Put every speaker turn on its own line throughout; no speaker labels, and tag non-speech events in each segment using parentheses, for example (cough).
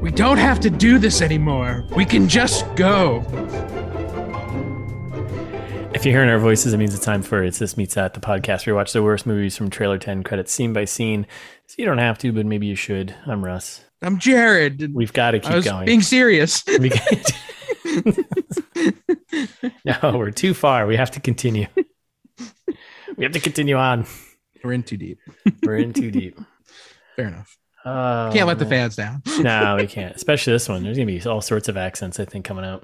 We don't have to do this anymore. We can just go.
If you're hearing our voices, it means it's time for It's This Meets That, the podcast where we watch the worst movies from trailer 10 credits scene by scene. So you don't have to, but maybe you should. I'm Russ.
I'm Jared.
We've got to
I
keep
was
going.
being serious.
(laughs) We can't- (laughs) no, we're too far. We have to continue. We have to continue on.
(laughs) We're in too deep.
We're in too deep.
Fair enough.
Oh,
(laughs) Can't let the
man.
fans down.
No, we can't. Especially this one. There's going to be all sorts of accents, I think,
(laughs)
coming out.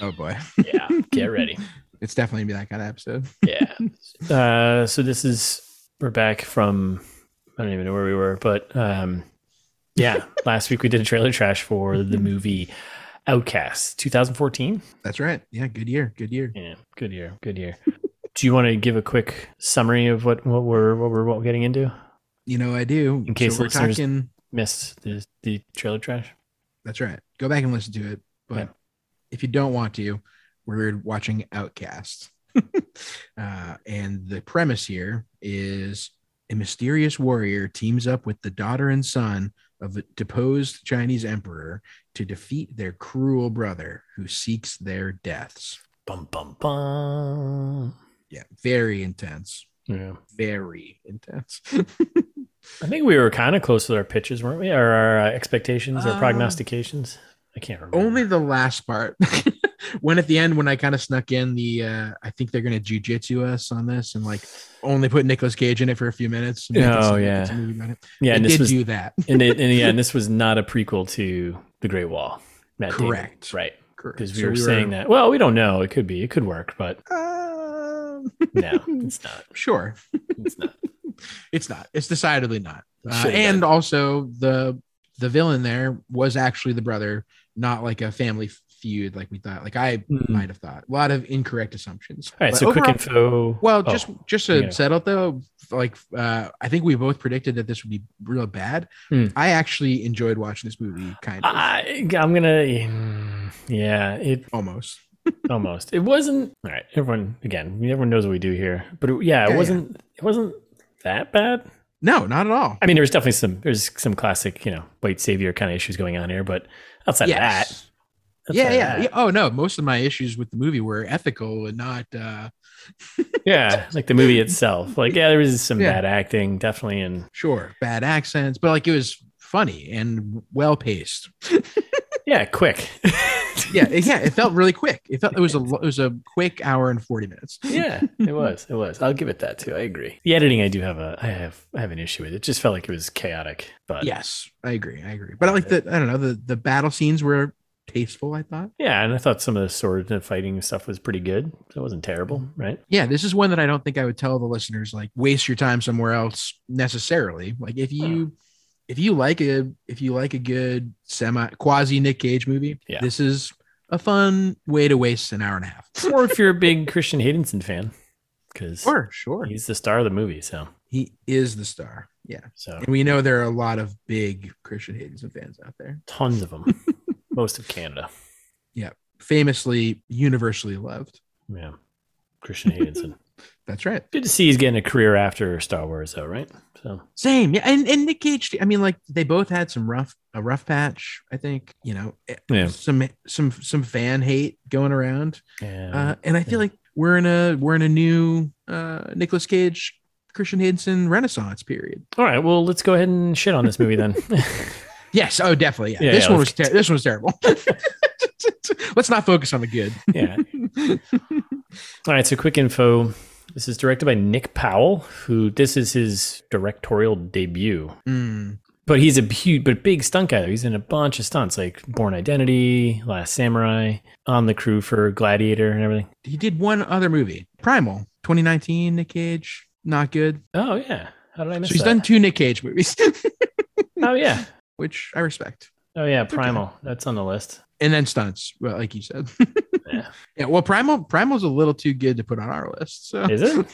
Oh boy,
Yeah. Get ready.
it's definitely gonna be that kind of episode.
yeah. Uh, so this is we're back from I don't even know where we were, but um, (laughs) yeah, last week we did a trailer trash for the movie Outcast, 2014.
That's right. Yeah, good year. Good year.
Yeah, good year, good year. Do you want to give a quick summary of what what we're what we're, what we're getting into?
You know I do.
In case
we're
listeners-
talking.
Missed the, the trailer trash.
That's right. Go back and listen to it. But
Yeah.
if you don't want to, we're watching Outcast. uh, and the premise here is a mysterious warrior teams up with the daughter and son of a deposed Chinese emperor to defeat their cruel brother who seeks their deaths.
Bum bum bum.
Yeah, very intense.
Yeah,
Very intense. (laughs)
I think we were kind of close with our pitches, weren't we? Or our uh, expectations, our
Um,
prognostications. I can't remember.
Only the last part. (laughs) when at the end, when I kind of snuck in the, uh, I think they're going to jujitsu us on this and like only put Nicolas Cage in it for a few minutes. and make it
Oh,
seem like
yeah.
it's a movie about it.
yeah,
They
and this
did
was
do that.
and, it, and yeah, and this was not a prequel to The Great Wall. Matt Damon.
Correct.
right?
Correct.
Because we
So
were saying that. Well, we don't know. It could be. It could work, but
Um, (laughs)
no, it's not.
sure,
It's not.
(laughs) it's not. It's decidedly not. Uh,
Should've
and
been.
also the the villain there was actually the brother, not like a family feud like we thought. Like I
Mhm.
might have thought. A lot of incorrect assumptions.
All right.
Mm. But
so quick
overall-
info.
Well,
oh,
just just to
yeah.
settle though, like uh, I think we both predicted that this would be real bad.
Hmm.
I actually enjoyed watching this movie, kind of
I, I'm gonna. mm, Yeah. It
almost.
almost. It wasn't. All right. Everyone. Again. Everyone knows what we do here. But it, yeah,
Yeah,
it
yeah.
wasn't. It wasn't that bad.
No, not at all.
I mean, there was definitely some. There's some classic, you know, white savior kind of issues going on here. But outside of
Yes.
that,
yeah,
outside of
yeah,
that-
yeah. Oh no, most of my issues with the movie were ethical and not. uh
yeah like the movie itself like yeah there was some
Yeah.
bad acting definitely and
sure bad accents but like it was funny and well paced
yeah quick (laughs)
yeah it- yeah it felt really quick it felt it was a lo- it was a quick hour and 40 minutes
yeah it was it was i'll give it that too i agree the editing i do have a i have i have an issue with it just felt like it was chaotic but
yes i agree i agree but i like the i don't know the the battle scenes were tasteful i thought
yeah and i thought some of the sword and fighting stuff was pretty good it wasn't terrible right
yeah this is one that i don't think i would tell the listeners like waste your time somewhere else necessarily like if you if you like a if you like a good semi quasi nick cage movie
Yeah.
this is a fun way to waste an hour and a half
or if you're a big christian haydenson fan because
sure sure
he's the star of the movie so
he is the star yeah
so
And we know there are a lot of big Christian Haydenson fans out there,
tons
(laughs)
of them most of canada
famously, universally loved.
yeah christian haydenson
That's right.
good to see he's getting a career after star wars though right so
Same, yeah. And, and Nick Cage. I mean, like they both had some rough a rough patch. I think you know eh,
Yeah.
some some some fan hate going around.
yeah
Uh, and I feel like we're in a we're in a new uh, Nicolas Cage Christian Haydenson Renaissance period.
All right, well, let's go ahead and shit on this
(laughs)
movie then. (laughs)
Yes. Oh, definitely. Yeah.
Yeah,
this
yeah,
one was
let's-
ter- this one was terrible. (laughs) let's not focus on the good.
yeah. All right, so quick info. This is directed by Nick Powell, who this is his directorial debut.
Mm,
But he's a huge, but big stunt guy. Though. He's in a bunch of stunts like Born Identity, Last Samurai, on the crew for Gladiator and everything.
he did one other movie, Primal, 2019. Nick Cage, not good.
Oh yeah, how did I miss
So he's
that?
done two Nick Cage movies, (laughs)
oh yeah,
which I respect.
oh
(laughs)
yeah,
okay.
Primal. That's on the list.
And then stunts, well, like you said.
(laughs) Yeah.
(laughs) Yeah, Well, Primal Primal's a little too good to put on our list. So
Is
(laughs)
it?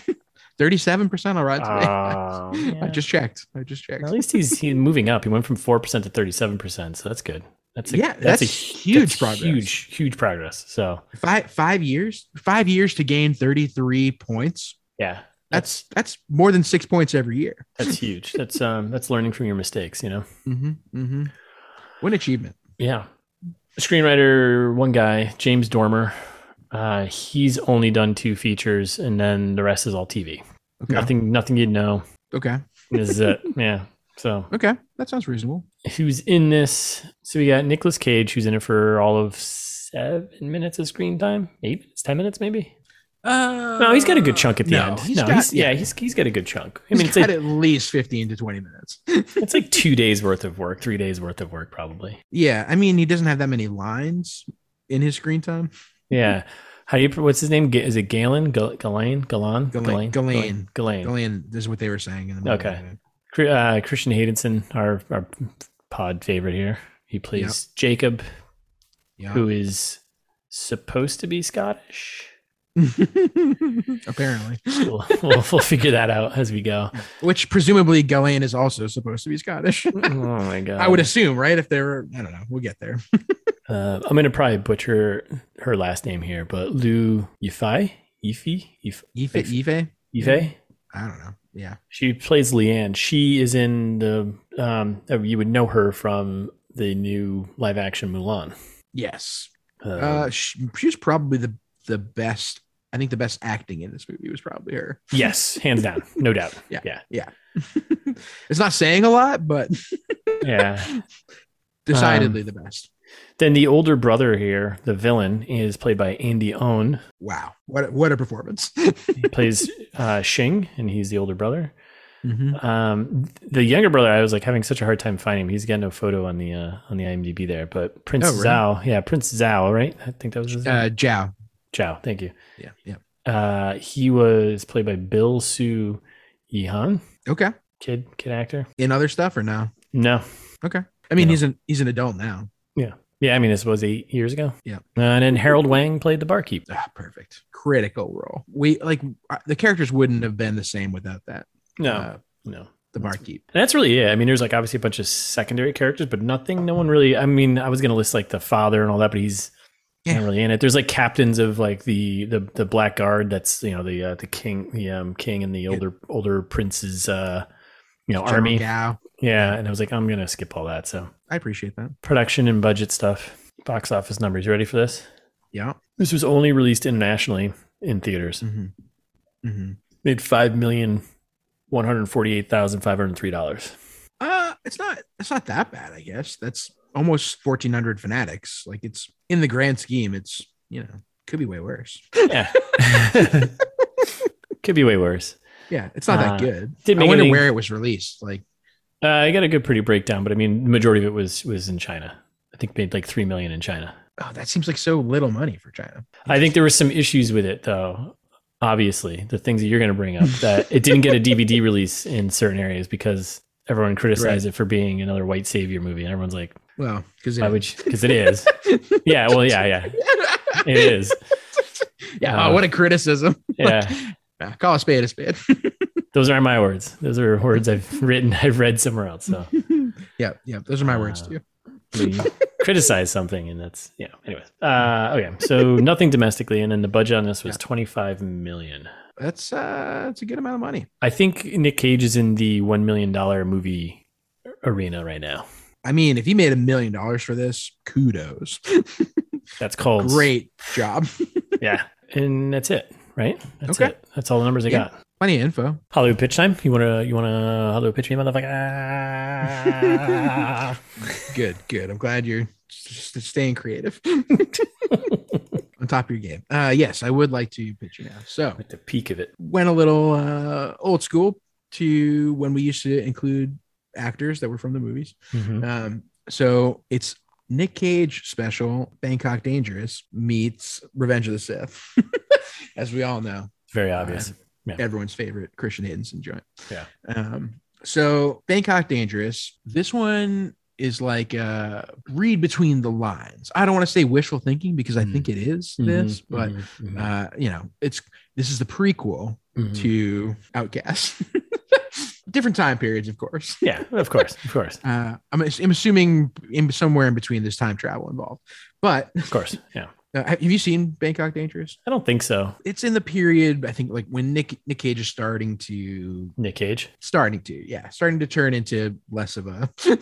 37% on Rotten Tomatoes. (laughs)
Oh,
I
yeah.
just checked. I just checked.
At least he's he's moving up. He went from four percent to thirty-seven percent, so that's good. That's a,
yeah,
that's,
that's,
a
huge
that's
progress.
Huge, huge progress. So
Five five years, five years to gain 33 points.
yeah,
That's that's more than six points every year. (laughs)
That's huge. That's um that's learning from your mistakes, you know.
Mm-hmm, mm-hmm. What an achievement!
Yeah. Screenwriter one guy, James Dormer. Uh he's only done two features and then the rest is all TV.
Okay.
Nothing nothing you'd know.
Okay.
This is
(laughs)
it. Yeah. So
Okay. That sounds reasonable.
who's in this? So we got Nicolas Cage who's in it for all of seven minutes of screen time, eight minutes, ten minutes maybe.
Uh,
No, he's got a good chunk at the end.
He's
no,
got,
he's, yeah,
yeah.
he's he's got a good chunk. I
He's
mean, it's
got
like,
at least fifteen to twenty minutes.
it's like two days worth of work, three days worth of work probably.
yeah, I mean, he doesn't have that many lines in his screen time.
Yeah. How do you? What's his name? Ga- Is it Galen? Gal- Galen? Galan?
Galen-
Galen?
Galen.
Galen.
Gillian, this is what they were saying in the movie.
Okay. Cri- Uh, Christian Haydenson, our, our pod favorite here. He plays Jacob,
Yeah.
who is supposed to be Scottish.
(laughs) Apparently,
We'll, we'll, we'll figure that out as
(laughs)
we go.
which presumably Gillian is also supposed to be (laughs) Scottish.
Oh my god!
I would assume, right? If they were, I don't know. We'll get there.
Uh, I'm gonna probably butcher her last name here, but Lou Yifei, Yifei, Yif-
Ife,
If-
Ife.
Yifei.
I don't know. Yeah.
She plays Leanne. She is in the um oh, you would know her from the new live action Mulan.
Yes.
Uh,
Uh, (laughs) sh she's probably the the best. I think the best acting in this movie was probably (laughs) her.
yes, hands down, no doubt.
Yeah.
yeah,
It's not saying a lot, but
yeah.
decidedly the best.
then the older brother here, the villain, is played by Andy Owen.
Wow. What a- what a performance. (laughs)
He plays (laughs) uh, Shing, and he's the older brother.
Mhm.
Um, the younger brother, I was like having such a hard time finding him. He's got no photo on the uh, on the IMDb there, but Prince
Oh, really?
Zhao, yeah, Prince Zhao, right? I think that was his name.
Uh, Zhao.
Zhao. Thank you.
Yeah. Yeah.
Uh, he was played by Bill Sue Yehan,
Okay.
kid kid actor.
In other stuff or no?
No,
I mean,
No.
he's an he's an adult now.
yeah, I mean this was eight years ago.
Yeah.
Uh, and then Harold Wang played the barkeep.
Ah, perfect. Critical role. We like uh, the characters wouldn't have been the same without that.
No,
Uh,
no, and
the barkeep.
that's really it. I mean, there's like obviously a bunch of secondary characters, but nothing. No one really. I mean, I was gonna list like the father and all that, but he's
Yeah.
not really in it. There's like captains of like the the the black guard. That's you know the uh, the king, the um king, and the older older prince's uh you know
General
army.
Gao.
Yeah, and I was like, I'm gonna skip all that. So.
I appreciate that.
production and budget stuff, box office numbers. You ready for this?
Yeah.
This was only released internationally in theaters.
hmm hmm
Made five million one hundred forty-eight thousand five hundred three dollars. (laughs)
Uh, it's not it's not that bad, I guess. That's almost fourteen hundred fanatics. Like it's in the grand scheme, it's you know could be way worse.
Yeah, could be way worse.
Yeah, it's not
Uh,
that good.
Did
I
make
wonder
anything-
where it was released. Like
Uh, I got a good, pretty breakdown, but I mean, the majority of it was was in China. I think made like three million in China.
oh, that seems like so little money for China.
I think there were some issues with it, though. Obviously, the things that you're going to bring up that it didn't get a DVD release in certain areas because everyone criticized it for being another white savior movie, and everyone's like,
Well, because (laughs)
Why would you? Because it is. yeah. Well. Yeah. Yeah. It is.
yeah,
Uh,
oh, what a criticism.
Yeah.
(laughs) Uh, call a spade a spade. (laughs)
Those aren't my words. Those are words I've written. I've read somewhere else. So
(laughs) yeah, yeah, those are my words
Uh,
too.
we criticize something, and that's yeah. Anyways. Uh. Okay. So nothing domestically, and then the budget on this was
Yeah.
twenty-five million.
That's uh, that's a good amount of money.
I think Nick Cage is in the one million dollar movie arena right now.
I mean, if he made a million dollars for this, kudos.
That's called
Great job. (laughs)
Yeah. And that's it. Right. That's
Okay.
it. That's all the numbers I
Yeah.
got.
Plenty of info.
Hollywood pitch time. You wanna you wanna Hollywood pitch me, motherfucker?
Good, good. I'm glad you're s- s- staying creative. (laughs) On top of your game. Uh, yes, I would like to pitch you now. So,
Like the peak of it.
went a little uh, old school to when we used to include actors that were from the movies.
Mm-hmm.
Um, so it's Nick Cage special Bangkok Dangerous meets Revenge of the Sith, as we all know,
Very obvious.
everyone's favorite Christian Haydenson joint.
Yeah.
Um, so Bangkok Dangerous, this one is like uh read between the lines. I don't want to say wishful thinking because I
Mm.
think it is this, but
Mm-hmm.
uh, you know, it's this is the prequel
Mm-hmm.
to Outcast. (laughs) Different time periods, of course.
yeah, of course, of course,
Uh, I'm, I'm assuming in somewhere in between there's time travel involved, but
of course. Yeah,
Uh, have you seen Bangkok Dangerous?
I don't think so.
It's in the period I think like when Nick Nick Cage is starting to
Nick Cage.
starting to yeah starting to turn into less of a (laughs)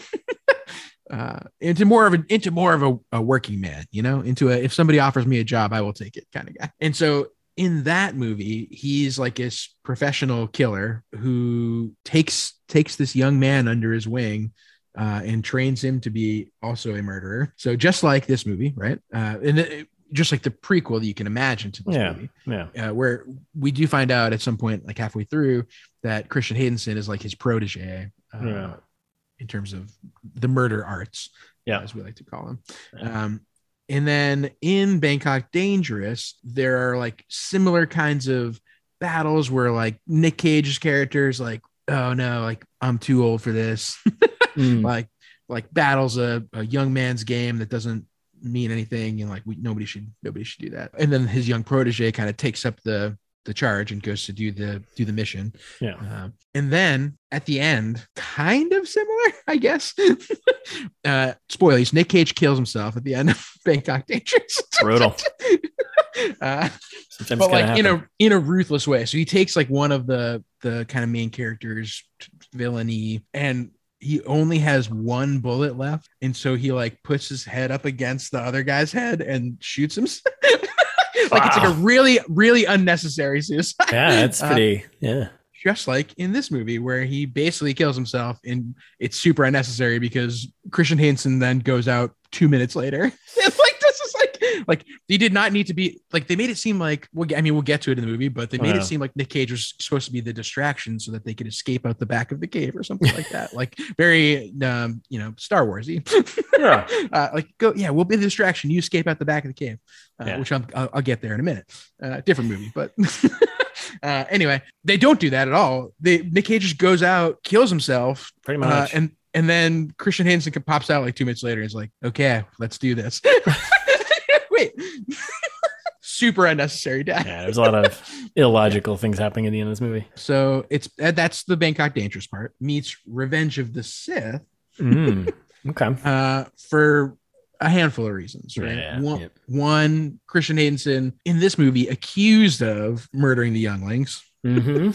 uh into more of a into more of a, a working man you know into a if somebody offers me a job i will take it kind of guy and so in that movie he's like this professional killer who takes takes this young man under his wing uh, and trains him to be also a murderer so just like this movie right uh and it, just like the prequel that you can imagine to this
Yeah.
movie
Yeah.
uh, where we do find out at some point, like halfway through, that Christian Haydenson is like his protege uh,
Yeah.
in terms of the murder arts,
Yeah.
as we like to call them. Um, and then in Bangkok Dangerous, there are like similar kinds of battles where like Nick Cage's character is like, oh no, like I'm too old for this.
Mm.
like like battles a, a young man's game that doesn't mean anything and like we, nobody should nobody should do that and then his young protege kind of takes up the the charge and goes to do the do the mission
Yeah.
Um, and then at the end kind of similar (laughs) i guess uh spoilers nick cage kills himself at the end of (laughs) bangkok dangerous
Brutal.
(laughs) uh,
Sometimes
but
it's
like
gonna
in
happen.
a in a ruthless way. So he takes like one of the the kind of main characters t- villainy, and he only has one bullet left, and so he like puts his head up against the other guy's head and shoots him. (laughs) like it's like a
Wow.
really really unnecessary suicide.
yeah, that's
uh,
pretty. yeah.
Just like in this movie, where he basically kills himself, and it's super unnecessary because Christian Hansen then goes out two minutes later. (laughs) And, like this is like like they did not need to be like they made it seem like well I mean we'll get to it in the movie, but they made
Yeah.
it seem like Nick Cage was supposed to be the distraction so that they could escape out the back of the cave or something like that. Like very um you know Star Warsy.
Yeah.
uh, like go yeah we'll be the distraction. You escape out the back of the cave, uh,
Yeah.
which I'm, I'll, I'll get there in a minute. Uh, different movie, but. (laughs) Uh, anyway, they don't do that at all. They Nick Cage just goes out, kills himself,
Pretty
uh,
much.
and and then Christian Hansen pops out like two minutes later and is like, "Okay, let's do this." (laughs) Wait, (laughs) super unnecessary death.
yeah, there's a lot of illogical things happening at the end of this movie.
So it's uh, that's the Bangkok Dangerous part meets Revenge of the Sith
Mm. Okay.
uh, for a handful of reasons. Right,
Yeah,
one,
yep.
one Christian Hansen in this movie accused of murdering the younglings.
hmm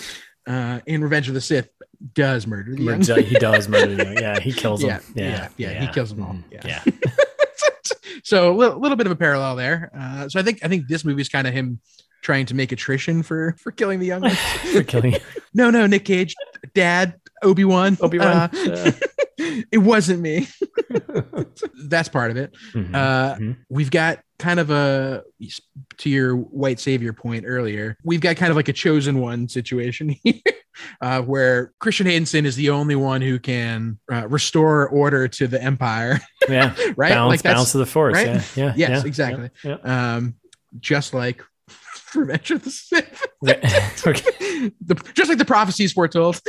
Uh, in Revenge of the Sith, does murder the younglings.
he does murder. them. Yeah, he kills them.
Yeah,
Yeah,
yeah, yeah, he kills them all.
Mm,
Yeah.
yeah.
so a little, little bit of a parallel there. Uh, so I think I think this movie is kind of him trying to make attrition for (laughs) for killing the young. ones.
(laughs) For killing
no, no, Nick Cage, Dad, Obi Wan,
Obi Wan.
it wasn't
(laughs)
me. (laughs) That's part of it. Uh,
Mhm.
We've got kind of a to your white savior point earlier. We've got kind of like a chosen one situation (laughs) here. Uh, where Christian Haydenson is the only one who can uh, restore order to the empire, (laughs)
Mm-hmm. yeah,
right?
balance, balance of the force.
right?
Yeah, yeah,
Yes,
yeah,
exactly.
Yeah,
um, just like (laughs) Revenge of the Sith,
yeah. (laughs) Okay.
the, just like the prophecies foretold.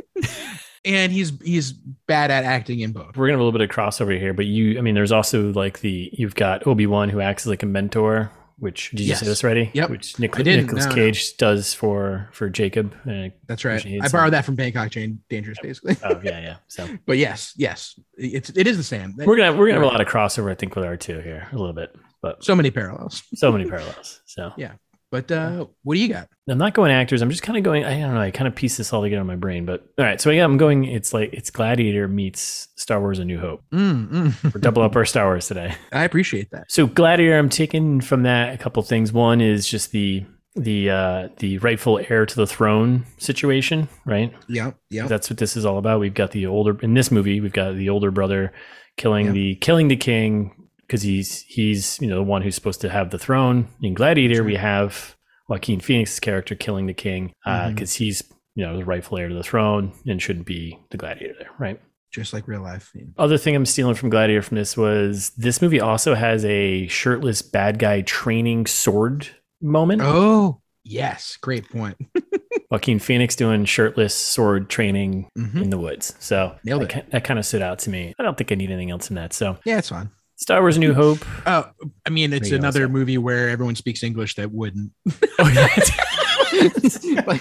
(laughs) and he's he's bad at acting in both.
We're gonna have a little bit of crossover here, but you, I mean, there's also like the you've got Obi Wan who acts as like a mentor, which did you
Yes.
say this already?
Yep.
Which Nic-
I didn't,
Nicolas
no, no.
Cage does for for Jacob. Uh,
That's right.
Appreciate
I
it.
borrowed that from Bangkok Jane Dangerous, basically.
oh yeah, yeah.
(laughs)
So
But yes, yes, it's it is the same.
we're gonna have, we're gonna have a lot of crossover, I think, with our two here a little bit, but
so many parallels.
so many parallels. So
But uh, what do you got?
I'm not going actors. I'm just kind of going. I don't know. I kind of piece this all together in my brain. But all right. So yeah, I'm going. It's like it's Gladiator meets Star Wars: A New Hope.
Mm, mm. (laughs)
We're double up our Star Wars today.
I appreciate that.
So Gladiator, I'm taking from that a couple things. One is just the the uh, the rightful heir to the throne situation, right?
Yeah, yeah.
That's what this is all about. We've got the older in this movie. We've got the older brother killing
Yeah.
the killing the king because he's he's you know the one who's supposed to have the throne. In Gladiator, we have Joaquin Phoenix's character killing the king because
Mhm.
he's you know the rightful heir to the throne and should be the gladiator there, right?
Just like real life.
Other thing I'm stealing from Gladiator from this was this movie also has a shirtless bad guy training sword moment.
Oh, yes. Great point.
Joaquin Phoenix doing shirtless sword training
Mhm.
in the woods. So
Nailed
that, ki- that kind of stood out to me. I don't think I need anything else from that. So
Yeah, it's fine.
Star Wars: A
(laughs)
New Hope.
Oh, I mean, it's
There you go,
another
so-
movie where everyone speaks English that wouldn't. (laughs)
Oh, yeah.
like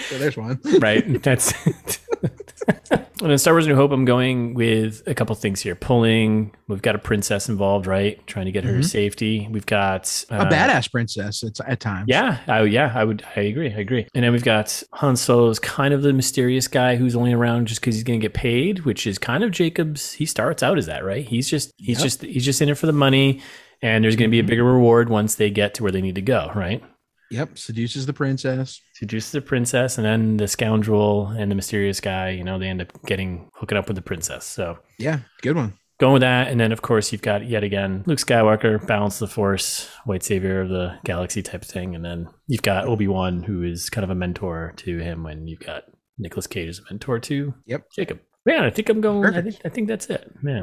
so there's one
right. That's (laughs) And in Star Wars New Hope, I'm going with a couple things here. Pulling, we've got a princess involved, right? Trying to get her
Mhm.
to safety. We've got
a
uh,
badass princess. It's at times.
Yeah, I, yeah, I would, I agree, I agree. And then we've got Han Solo's kind of the mysterious guy who's only around just because he's going to get paid, which is kind of Jacob's. He starts out as that, right? He's just, he's
Yep.
just, he's just in it for the money, and there's going to be a bigger reward once they get to where they need to go, right?
Yep. Seduces the princess.
Seduces the princess, and then the scoundrel and the mysterious guy. You know, they end up getting hooking up with the princess. So
Yeah. Good one.
going with that, and then of course you've got yet again Luke Skywalker, balance of the Force, white savior of the galaxy type of thing, and then you've got Obi Wan, who is kind of a mentor to him, when you've got Nicolas Cage as a mentor to
Yep.
Jacob. Man, I think I'm going. I
Perfect.
think, I think that's it. Yeah,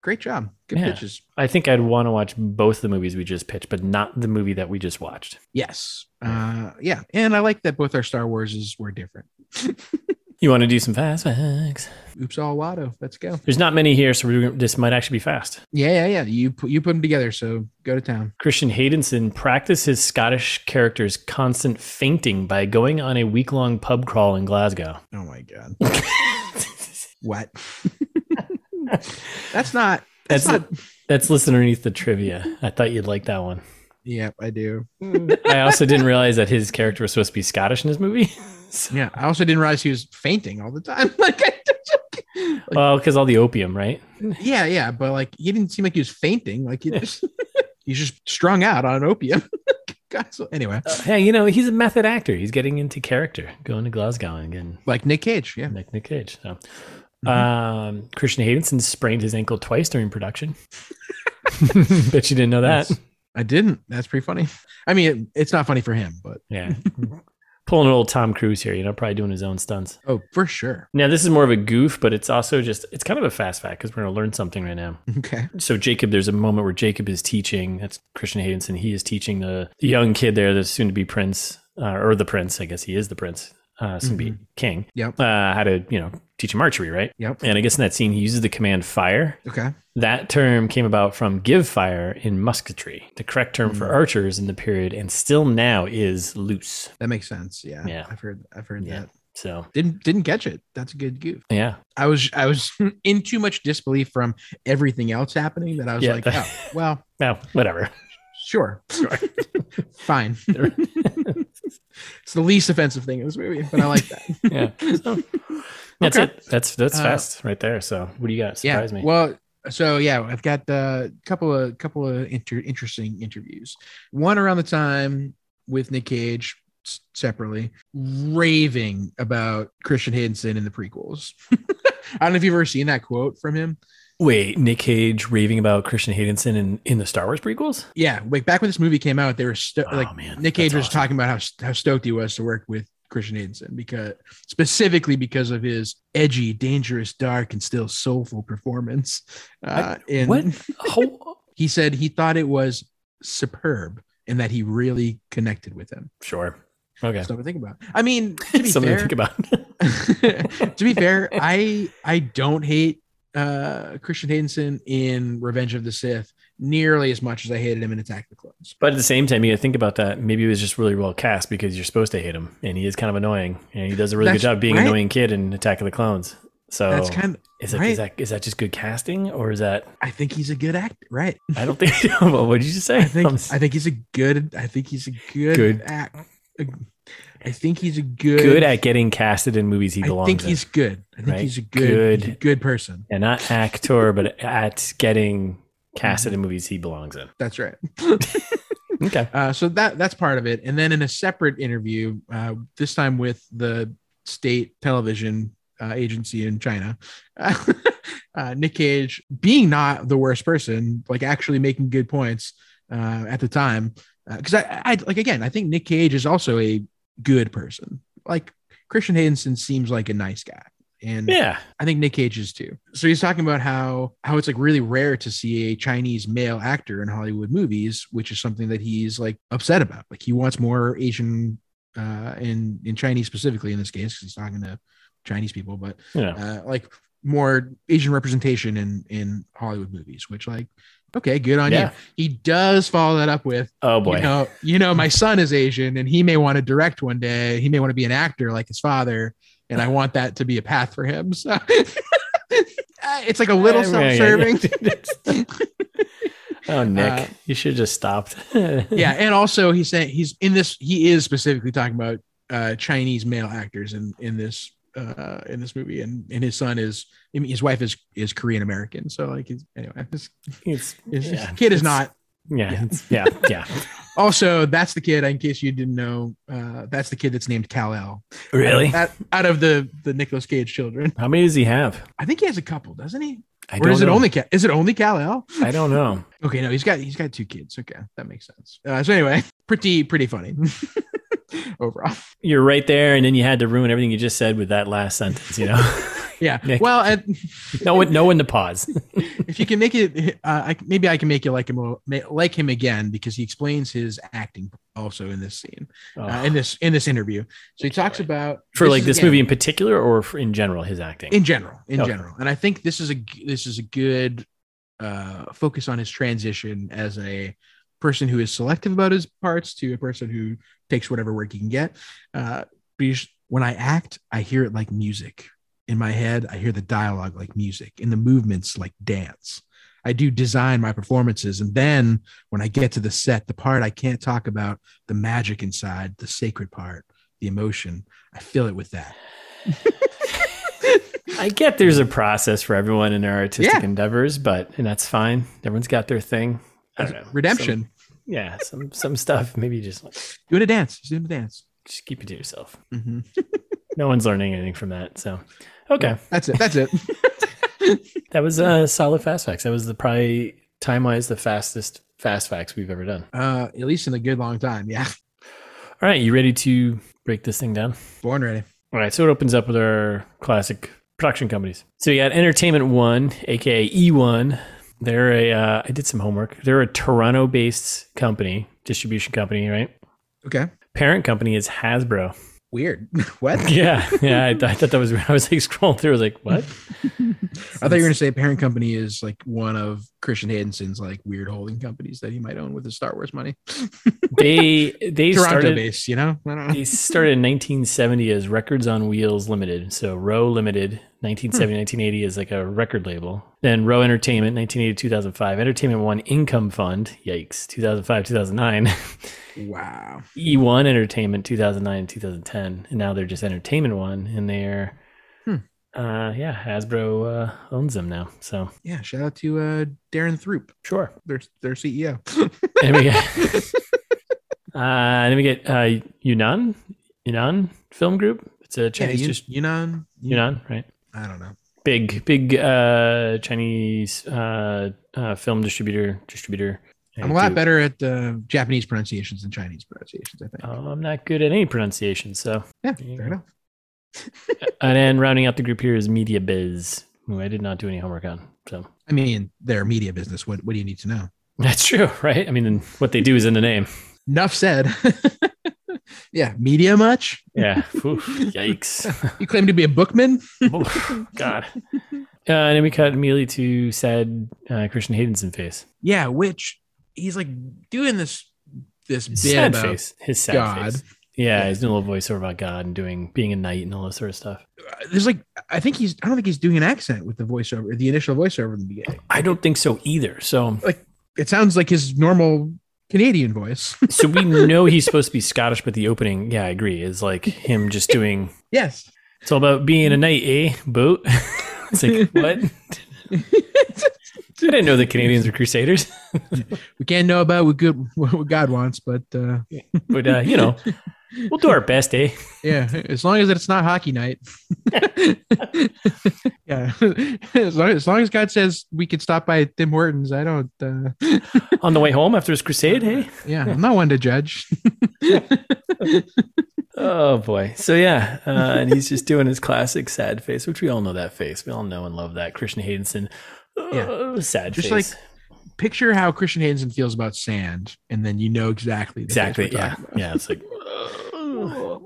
Great job. Good
Yeah.
pitches.
I think I'd want to watch both the movies we just pitched, but not the movie that we just watched.
Yes. Uh, yeah. And I like that both our Star Warses were different.
You want to do some fast facts?
Oops, all Watto. Let's go.
There's not many here, so we're, gonna- this might actually be fast.
Yeah. Yeah. Yeah. You, pu- you put them together. So go to town.
Christian Haydenson practiced his Scottish character's constant fainting by going on a week long pub crawl in Glasgow.
Oh my God. (laughs) What? That's not. That's,
(laughs) that's,
not.
that's listed underneath the trivia. I thought you'd like that one.
Yep, I do.
I also didn't realize that his character was supposed to be Scottish in this movie. (laughs) So-
Yeah. I also didn't realize he was fainting all the time. (laughs) like, I, like,
well, because all the opium, right?
yeah, yeah. But like, he didn't seem like he was fainting. Like, he just, (laughs) he's just strung out on opium. (laughs) God, so anyway,
hey, Uh, you know, he's a method actor. He's getting into character, going to Glasgow and getting
like Nick Cage. Yeah.
like Nick Cage. So, um, Christian Haydenson sprained his ankle twice during (laughs) production. Bet you didn't know that.
That's- I didn't. That's pretty funny. (laughs) I mean, it, it's not funny for him, but
Yeah. Pulling an old Tom Cruise here, you know, probably doing his own stunts.
oh, for sure. (laughs)
Now, this is more of a goof, but it's also just, it's kind of a fast fact because we're going to learn something right now.
Okay.
So, Jacob, there's a moment where Jacob is teaching, that's Christian Haydenson, he is teaching the, the young kid there, the soon to be prince, uh, or the prince, I guess he is the prince, uh, soon to be king,
Yep.
uh, how to, you know, teach him archery, right?
Yep.
And I guess in that scene, he uses the command fire.
Okay.
That term came about from give fire in musketry. The correct term for
Mm.
archers in the period and still now is loose.
That makes sense. Yeah.
Yeah.
I've heard. I've heard
Yeah.
that.
So,
Didn't didn't catch it. That's a good goof.
yeah.
I was I was (laughs) in too much disbelief from everything else happening that I was
Yeah,
like,
(laughs) that-
oh, well,
No, whatever.
sure,
Sure.
(laughs) fine. it's the least offensive thing in this movie, but I like that. (laughs)
Yeah. So, that's
Okay.
it. That's that's
Uh,
fast right there. So what do you got?
yeah.
(laughs) Surprise me.
Well, so yeah, I've got a uh, couple of couple of inter- interesting interviews. One around the time with Nick Cage s- separately, raving about Christian Hansen in the prequels. (laughs) I don't know if you've ever seen that quote from him.
Wait, Nick Cage raving about Christian Haydenson in, in the Star Wars prequels?
Yeah, like back when this movie came out, they were sto-
Oh,
Uh, like
man,
Nick
that's
Cage was
awesome.
talking about how how stoked he was to work with Christian Hansen because specifically because of his edgy, dangerous, dark, and still soulful performance. Uh, and
What? Oh,
he said he thought it was superb and that he really connected with him.
sure. Okay.
Something (laughs) to think about. I mean, to be
Something
fair,
to
(laughs)
think about.
to be fair, I I don't hate uh Christian Haydenson in Revenge of the Sith nearly as much as I hated him in Attack of the Clones.
(laughs) But at the same time, you got to think about that. Maybe it was just really well cast because you're supposed to hate him, and he is kind of annoying, and he does a really
That's
good job being an
right.
annoying kid in Attack of the Clones. So
That's kind of
is, that,
right.
is that is that just good casting, or is that
I think he's a good actor, right?
I don't think. (laughs) what did you just say? (laughs)
I think
I'm
I think he's a good I think he's a good,
Good.
act. I think he's a good
good at getting casted in movies he belongs
I think
in.
he's good. I think
right?
he's a good, he's a
Good.
good person.
and not actor, but at getting casted in movies he belongs in.
That's right.
Okay.
Uh, so that that's part of it. And then in a separate interview, uh, this time with the state television uh, agency in China, (laughs) uh, Nick Cage, being not the worst person, like actually making good points uh, at the time, because I, I like again, I think Nick Cage is also a good person. Like Christian Haydenson seems like a nice guy, and
Yeah.
I think Nick Cage is too. So he's talking about how how it's like really rare to see a Chinese male actor in Hollywood movies, which is something that he's like upset about. Like he wants more Asian uh in in Chinese specifically in this case because he's talking to Chinese people, but
You know.
uh, like more Asian representation in in Hollywood movies, which like okay, good on
Yeah.
you. He does follow that up with
Oh boy.
you know, you know, my son is Asian and he may want to direct one day. He may want to be an actor like his father. and I want that to be a path for him. So (laughs) Uh, it's like a little
Yeah, yeah, yeah.
self-serving.
(laughs) Oh, Nick,
Uh,
you should have just stopped.
yeah, and also he's saying he's in this. He is specifically talking about uh, Chinese male actors in in this uh, in this movie, and and his son is I mean, his wife is is Korean American. So like he's, anyway, his,
(laughs) It's,
his
yeah,
kid is
it's-
not.
Yeah,
yeah.
it's- yeah,
(laughs)
yeah.
Also, that's the kid. In case you didn't know, uh, that's the kid that's named Kal El.
Really?
Out, out of the the Nicolas Cage children,
How many does he have?
I think he has a couple, doesn't he?
I
or is it
know.
only Ka- is it only Kal El?
I don't know.
Okay, no, he's got he's got two kids. Okay, that makes sense. Uh, so anyway, (laughs) pretty pretty funny (laughs) overall.
You're right there, and then you had to ruin everything you just said with that last sentence. You know, (laughs)
Yeah.
Nick.
Well, and (laughs)
no one, no one to pause.
if you can make it, uh, I, maybe I can make you like him a- ma- like him again because he explains his acting also in this scene (laughs) uh,
Oh.
in this in this interview. So he talks about
for like
is
this
again-
movie in particular, or for, in general, his acting.
in general, in
Okay.
general, and I think this is a g- this is a good uh, focus on his transition as a person who is selective about his parts to a person who takes whatever work he can get. Uh, but you sh- when I act, I hear it like music in my head. I hear the dialogue like music, and the movements like dance. I do design my performances, and then when I get to the set, the part I can't talk about, the magic inside, the sacred part, the emotion, I feel it with that.
I get there's a process for everyone in their artistic
Yeah.
endeavors, but and that's fine. Everyone's got their thing. I don't know.
Redemption.
Some- yeah, some some stuff. Maybe just like,
doing a dance. He's doing a dance.
just keep it to yourself.
Mhm.
No one's learning anything from that. So, okay,
That's it. That's it.
that was uh, solid fast facts. That was the probably time wise the fastest fast facts we've ever done.
(laughs) uh, at least in a good long time. Yeah.
All right, you ready to break this thing down?
Born ready.
All right, so it opens up with our classic production companies. So you got Entertainment One, aka E1. E They're a. Uh, I did some homework. They're a Toronto-based company, distribution company, right?
Okay.
Parent company is Hasbro. (laughs)
Weird. (laughs) what?
Yeah, yeah. I, th- I thought that was. I was like scrolling through. I was like,
I
what?
thought you were going to say parent company is like one of Christian Hanson's like weird holding companies that he might own with his Star Wars money.
They they
Toronto
started.
base, you know? I
(laughs)
don't know.
They started in 1970 as Records on Wheels Limited. So Row Limited, 1970, 1980 is like a record label. Then Row Entertainment, 1980 to 2005. Entertainment One Income Fund, yikes, 2005, (laughs) 2009.
Wow.
E1 E Entertainment, 2009, 2010. And now they're just Entertainment One. And they're,
Hmm.
uh, yeah, Hasbro uh, owns them now. So
Yeah. Shout out to uh, Darren Throop,
sure.
their, their E CEO.
(laughs) And we get, uh, and then we get uh, Yunnan, Yunnan Film Group. It's a
Yeah,
Chinese,
Yun-
just
Yunnan.
Yunnan, right?
I don't know.
big big uh chinese uh, uh film distributor distributor
I'm a lot better at uh, Japanese pronunciations than Chinese pronunciations, I think.
oh, i'm not good at any pronunciation so
yeah.
there you
Fair
go.
enough.
and then rounding out the group here is media biz who i did not do any homework on so (laughs)
I mean, their media business. What, what do you need to know?
that's true right i mean and what they do is in the name
Enough said. (laughs) yeah, media much?
yeah (laughs) Oof,
(laughs)
yikes
You claim to be a bookman?
Oof, god uh, and then we cut immediately to sad uh, christian haydenson face
Yeah, which he's like doing this this
his
bit
sad
about
face his sad
God.
face yeah,
Yeah.
he's doing a little voiceover about god and doing being a knight and all this sort of stuff
There's like I think he's I don't think he's doing an accent with the voiceover, the initial voiceover in the beginning.
i don't think so either so
It sounds like his normal Canadian voice. (laughs)
so we know he's supposed to be Scottish, but the opening, yeah, I agree, is like him just doing.
(laughs) yes.
It's all about being a knight, eh? Boat. (laughs)
(laughs)
It's like what? I didn't know the Canadians were crusaders,
We can't know about what good what God wants, but uh
but uh, you know, we'll do our best, eh?
yeah, as long as it's not hockey
(laughs)
night. yeah. As long, as long as God says we can stop by Tim Hortons, I don't uh
On the way home after his crusade, hey?
yeah, I'm not one to judge. (laughs)
Oh boy. So yeah, uh, and he's just doing his classic sad face, which we all know that face. We all know and love that Christian Haydenson. yeah, sad
Just
face.
picture how Christian Hansen feels about sand, and then you know exactly. the face
exactly.
we're
Yeah,
talking
yeah. It's like.
about.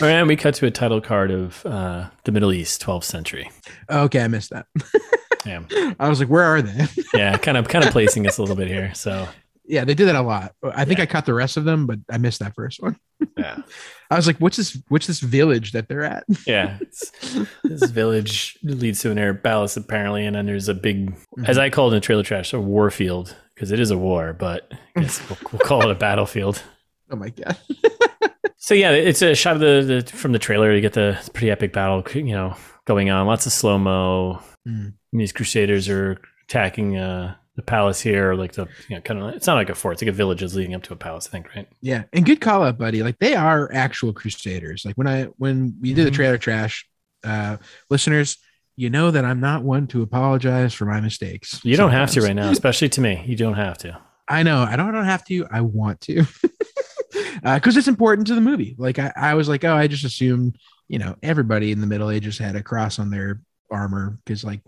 All right, and we cut to a title card of uh, the Middle East, 12th century.
Okay, I missed that.
Yeah,
(laughs) I was like, where are they? (laughs)
yeah, kind of, kind of placing us a little bit here. So
yeah, they did that a lot. I think
Yeah.
I caught the rest of them, but I missed that first one.
Yeah.
I was like, what's this? What's this village that they're at? (laughs)
Yeah. It's- this village leads to an air palace, apparently. And then there's a big,
Mm-hmm.
as I call it in trailer trash, a war field, because it is a war, but I guess we'll, we'll call it a battlefield.
Oh my god!
So yeah, it's a shot of the, the from the trailer. You get the pretty epic battle, you know, going on. Lots of slow mo.
Mm.
These crusaders are attacking uh, the palace here, like the you know, kind of. It's not like a fort; it's like a village is leading up to a palace. I think, right?
Yeah, and good call out, buddy. Like they are actual crusaders. Like when I when we did the
Mhm.
trailer trash, uh, listeners, you know that I'm not one to apologize for my mistakes.
You don't have to
sometimes.
right now, especially to me. You don't have to.
I know. I don't, I don't have to. I want to. (laughs) Because it's important to the movie. Like, I, I was like, oh, I just assumed, you know, everybody in the Middle Ages had a cross on their armor. Because, like,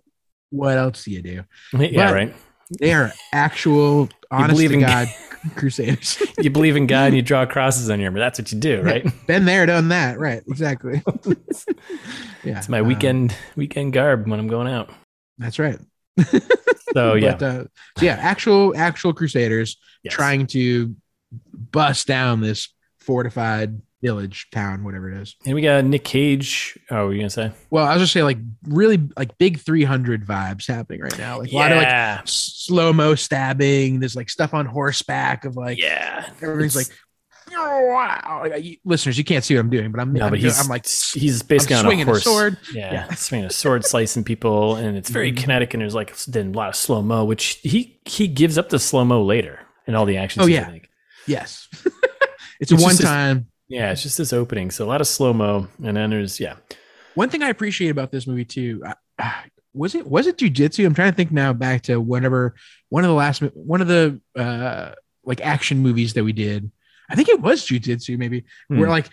what else do you do?
Yeah,
But-
right.
They are actual, honest
believe
to
in-
God (laughs) crusaders.
You believe in God, and you draw crosses on your armor. That's what you do, right?
Been there, done that. Right. Exactly. yeah.
It's my
uh,
weekend weekend garb when I'm going out.
that's right.
So yeah,
But, uh, so yeah. Actual, actual crusaders
Yes.
trying to bust down this fortified village, town, whatever it is.
And we got Nick Cage. Oh, were you gonna say?
Well, I was just say like really like big 300 vibes happening right now. Like a lot of like
yeah,
slow mo stabbing. There's like stuff on horseback of like
yeah.
everything's
It's-
like "Oh, wow. Like, you- listeners, you can't see what I'm doing, but I'm
No,
I'm,
but
doing-
he's
I'm like
he's basically
I'm
on
swinging
a horse.
sword.
Yeah,
Yeah.
swinging a sword, slicing people, and it's very
Mhm.
kinetic. And there's like then a lot of slow mo, which he he gives up the slow mo later in all the action.
Oh,
scenes,
yeah.
I think. (laughs)
Yes. it's
It's
a
just
one
this-
time.
yeah. It's just this opening, so a lot of slow mo, and then there's yeah,
One thing I appreciate about this movie too, I- ah, was it was it jujitsu? I'm trying to think now back to whenever one of the last mo- one of the uh like action movies that we did. I think it was jujitsu, maybe
Hmm.
where like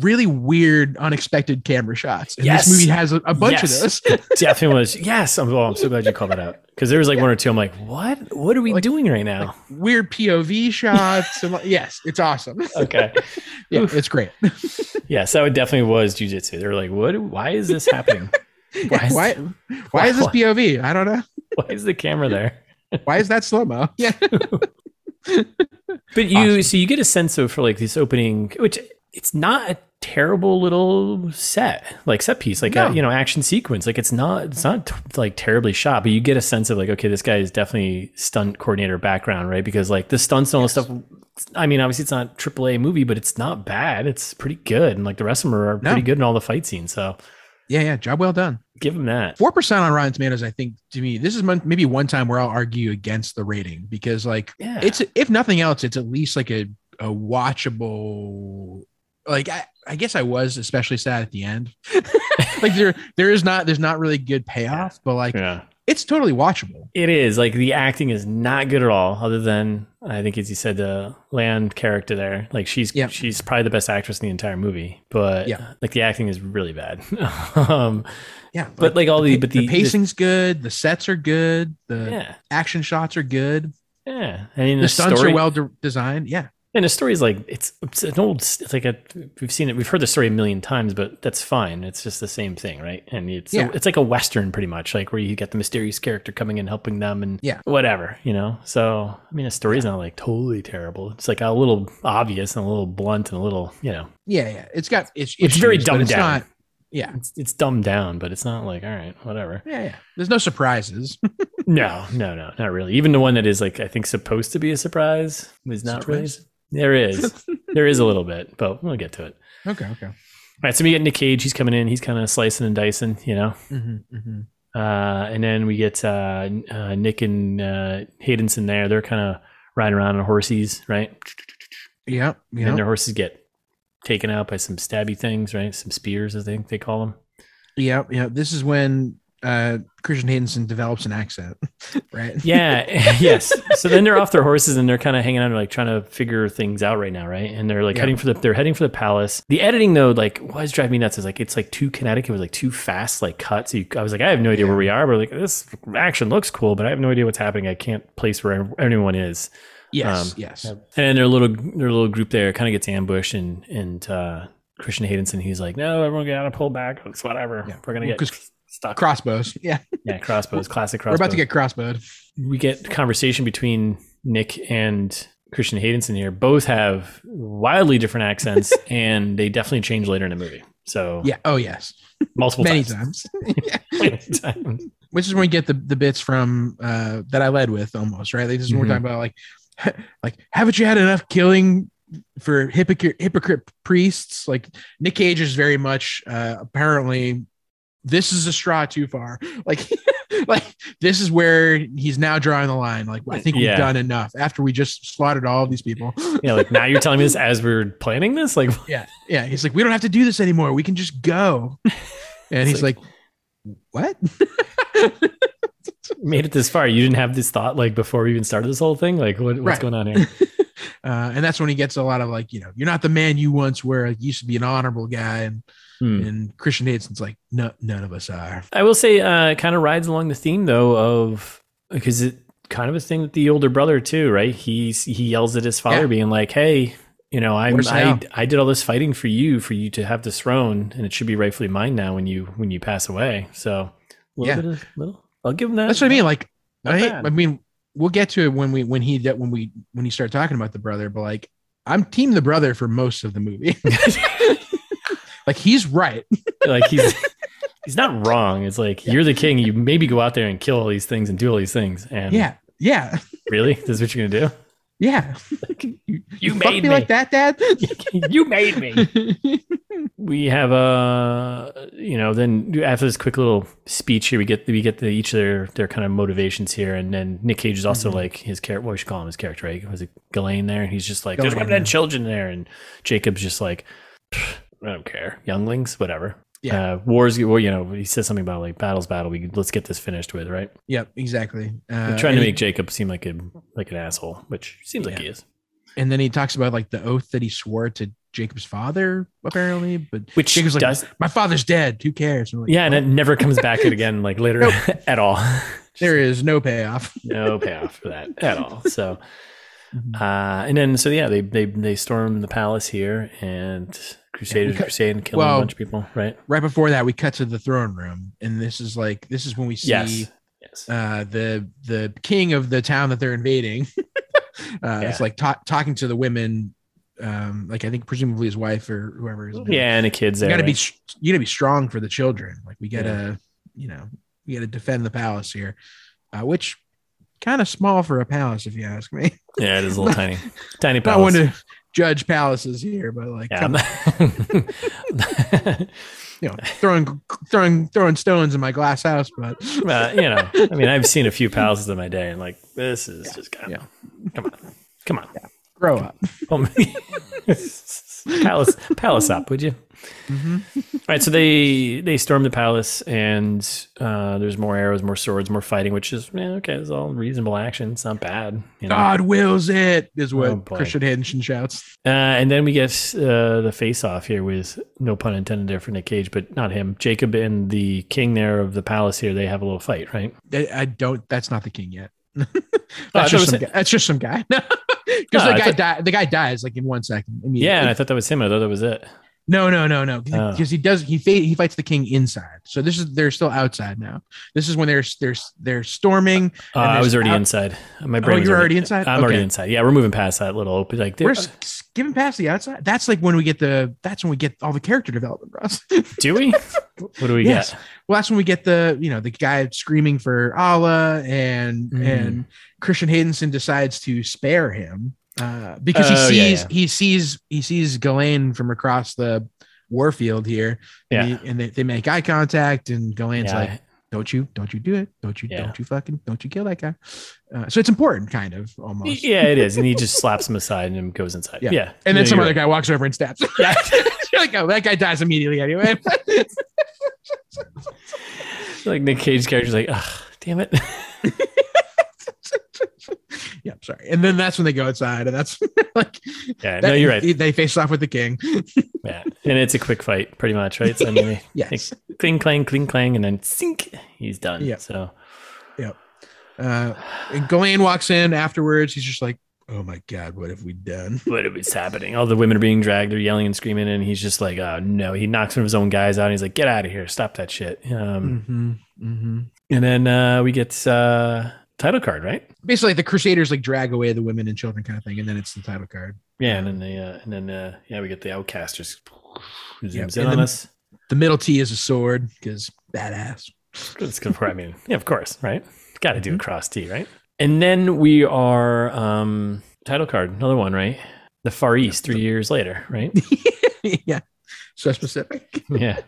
really weird, unexpected camera shots. And
Yes.
this movie has a, a bunch
Yes.
of those. (laughs)
definitely was yes. I'm, oh, I'm so glad you called that out because there was like one or two. I'm like, what? What are we
Like-
doing right
(laughs)
now?
weird POV shots. and like, yes, it's awesome.
(laughs) okay,
(laughs) Yeah, it's great.
yes, that would definitely was jujitsu. They were like, what? Why is this happening? Why
(laughs) Why
is-
why, is this
why-
POV? I don't know.
Why is the camera there?
Why is that slow mo? (laughs) Yeah.
But you
Awesome.
so you get a sense of for like this opening, which it's not a terrible little set, like set piece, like
No.
a you know action sequence. Like it's not it's not t- like terribly shot, but you get a sense of like okay, this guy is definitely stunt coordinator background, right? Because like the stunts and all this
Yes.
stuff. I mean, obviously it's not AAA movie, but it's not bad. It's pretty good, and like the rest of them are
No.
pretty good in all the fight scenes. So
Yeah, yeah. Job well done.
give him that.
Four percent on Rotten Tomatoes, I think to me, this is mon- maybe one time where I'll argue against the rating because like
Yeah,
it's if nothing else, it's at least like a, a watchable like I, I guess I was especially sad at the
(laughs)
end. like there there is not there's not really good payoff, but like
yeah.
it's totally watchable.
It is like the acting is not good at all. Other than I think as you said, the Land character there, like she's
Yeah.
she's probably the best actress in the entire movie, but
Yeah.
like the acting is really bad. (laughs) um,
Yeah.
but like all the, but the,
the pacing's good, the sets are good, the
yeah,
action shots are good,
yeah. I mean,
the,
the,
stunts
story,
are well de- designed. Yeah.
and the story is like it's it's an old it's like a we've seen it we've heard the story a million times, but that's fine. It's just the same thing, right? And it's
Yeah.
it's like a western pretty much, like where you get the mysterious character coming and helping them and
Yeah.
whatever, you know. So I mean, a story's not like totally terrible. It's like a little obvious and a little blunt and a little, you know,
Yeah, yeah. It's got it's
It's very
issues, but
dumbed
it's
down.
not- yeah.
it's, it's dumbed down, but it's not like all right, whatever.
Yeah, yeah. There's no surprises. (laughs)
No, no, no, not really. Even the one that is like I think supposed to be a surprise was not really.
Surprise?
There is, there is a little bit, but we'll get to it.
okay, okay.
All right, so we get Nick Cage. He's coming in. He's kind of slicing and dicing, you know.
Mhm, mhm.
Uh, and then we get uh, uh, Nick and uh, Hayden's in there. They're kind of riding around on horses, right?
Yeah, yeah.
And their horses get taken out by some stabby things, right? Some spears, I think they call them.
Yeah, yeah. This is when uh Christian Haydenson develops an accent, (laughs) right?
Yeah, (laughs) yes. So then they're off their horses and they're kind of hanging out, like trying to figure things out right now, right? And they're like
Yeah.
heading for the they're heading for the palace. The editing though, like, was driving me nuts. Is like it's like too kinetic. It was like too fast, like cuts. You, I was like, I have no idea where we are, but like this action looks cool, but I have no idea what's happening. I can't place where anyone is.
Yes,
Um,
yes.
And then their little their little group there kind of gets ambushed, and and uh, Christian Haydenson, he's like, "No, everyone gotta pull back. It's whatever.
Yeah.
We're gonna
Well,
get
'cause
stuck."
Crossbows. Yeah.
yeah, crossbows, classic
We're
crossbows.
about to get crossbowed.
we get conversation between Nick and Christian Haydenson here both have wildly different
(laughs)
accents, and they definitely change later in the movie. So
Yeah. Oh yes.
multiple
Many
times.
times.
(laughs) Many times.
Which is when we get the, the bits from uh that I led with almost, right? Like this is when we're
Mhm.
talking about like (laughs) like haven't you had enough killing for hypocrite hypocrite priests? Like Nick Cage is very much uh apparently this is a straw too far. (laughs) Like like this is where he's now drawing the line. Like I think
Yeah.
we've done enough after we just slaughtered all of these people. (gasps)
Yeah, like now you're telling me this as we're planning this? Like (laughs)
Yeah. Yeah. He's like, we don't have to do this anymore. We can just
(laughs)
go. And
It's
he's like, what?
made it this far. You didn't have this thought like before we even started this whole thing? Like what, what's
Right.
going
(laughs)
on here?
uh, and that's when he gets a lot of like, you know, you're not the man you once were. You used to be an honorable guy. And,
Hmm.
and Christian Davidson's like, no, none of us are.
I will say uh it kind of rides along the theme though of because it kind of a thing with the older brother too, right? He's he yells at his father
Yeah.
being like, Hey, you know, I'm
Where's
I,
now?
I did all this fighting for you, for you to have this throne, and it should be rightfully mine now when you when you pass away. So a little
Yeah.
bit of little I'll give him that.
That's what I mean. Like,
Not
I,
bad.
I mean, we'll get to it when we, when he, that when we, when he start talking about the brother, but like, I'm team the brother for most of the
(laughs)
movie. (laughs) like he's right.
like
(laughs)
he's he's not wrong. It's like you're the king. You maybe go out there and kill all these things and do all these things. And
Yeah. Yeah.
really, this is what you're gonna do?
Yeah. you, fucked
made me.
like (laughs) that, dad.
(laughs) you made me. We have a you know. Then after this quick little speech here, we get we get the, each of their their kind of motivations here, and then Nick Cage is also
Mhm.
like his character. What we should call him his character, right? Was it Ghislaine there? And he's just like, "There's
Ghislaine,
women and
yeah.
children there," and Jacob's just like, "Pfft, "I don't care, younglings, whatever."
Yeah.
Uh, wars, well, you know, he says something about like battles, battle. We let's get this finished with, right?
Yep, exactly.
They're
Uh,
trying to
and he-
make Jacob seem like a like an asshole, which seems like
Yeah.
he is.
and then he talks about like the oath that he swore to Jacob's father, apparently. But
Which
Jacob's like,
does,
my father's dead. Who cares? And we're like,
yeah, and it never comes
(laughs)
back again, like later
Nope.
(laughs) at all.
there is no payoff. (laughs)
no payoff for that at all. So,
Mm-hmm.
uh, and then so yeah, they they they storm the palace here, and Crusaders
cut-
crusade and kill
well,
a bunch of people, right?
Right before that, we cut to the throne room, and this is like this is when we see
Yes, yes.
uh, the the king of the town that they're invading. (laughs) uh,
Yeah.
It's like ta- talking to the women, um, like I think presumably his wife or whoever. Is
yeah, and the kids
you
there.
gotta be
right?
s- you gotta be strong for the children like we gotta you know we gotta defend the palace here uh, which kind of small for a palace if you ask me (laughs)
yeah, it is a little tiny, tiny
not
palace.
one to judge palaces here but like
yeah,
come on,
I'm-
you know throwing throwing throwing stones in my glass house but
(laughs) Well, you know, I mean, I've seen a few palaces in my day, and like this is
Yeah,
just kind of come on, come on,
grow up
Pull me- (laughs) palace, palace up, would you?
Mhm.
All right, so they they storm the palace, and uh, there's more arrows, more swords, more fighting, which is yeah, okay. It's all reasonable action. It's not bad. You know?
god wills it is what
Oh, boy.
christian Henderson shouts
Uh, and then we get uh, the face off here with no pun intended there for Nick Cage, but not him. Jacob and the king there of the palace here. They have a little fight, right?
Oh, I, I don't that's not the king yet
I
that's,
thought it
just some
was-
guy, that's just some guy (laughs) because
No, I
the guy
thought-
di- the guy dies like in one second immediately.
Yeah, and I thought that was him. I thought that was it.
No, no, no, no.
Oh.
Because he does he fa- he fights the king inside. So this is they're still outside now. This is when they're they're they're storming.
Uh,
And
I
there's
was already
out-
inside. My
Oh,
brain. was
you're already inside.
I'm already inside. Yeah, we're moving past that little open. Like,
We're
there-
s- skipping past the outside. That's like when we get the. That's when we get all the character development, Ross. (laughs)
do we? (laughs) What do we
Yes.
get?
well, that's when we get the you know the guy screaming for Allah and
Mm.
and Christian Haydenson decides to spare him uh, because he
Oh,
sees
yeah, yeah.
he sees he sees Galen from across the warfield here.
Yeah.
and, he- and they, they make eye contact, and Galen's
Yeah,
like. don't you don't you do it don't you
Yeah.
don't you fucking don't you kill that guy uh, so it's important kind of
I-
almost
yeah, it is. And he just slaps him aside and then goes inside. Yeah.
Yeah. and then
No,
some
you're
other guy
right.
walks over and stabs him. (laughs) You're like oh that guy dies immediately anyway (laughs)
like Nick Cage's character's like, Ugh, damn it. (laughs)
yeah sorry and then that's when they go outside and that's (laughs) like
Yeah,
that-
no, you're right.
they face off with the king
Yeah. And it's a quick fight, pretty much, right? So I mean,
yes
cling clang, cling clang, and then sink, he's done.
Yeah.
So
uh and Galen walks in afterwards he's just like oh my god what have we done
what is happening? All the women are being dragged, they're yelling and screaming, and he's just like, oh no. He knocks one of his own guys out and he's like,
Mm.
get out of here, stop that shit. Um,
mm-hmm. Mm-hmm.
And then uh, we get uh, title card, right?
Basically, like the Crusaders like drag away the women and children kind of thing, and then it's the title card.
Yeah, and then the uh, and then uh, yeah, we get the outcasters who
Yeah, and
zooms in on
then-
us.
The middle T is a sword because badass. (laughs)
It's gonna, I mean, yeah, of course, right? Got to do a cross T, right? Mm-hmm. And then we are um title card, another one, right? The Far East, three years later, (laughs) right?
yeah, so specific.
yeah,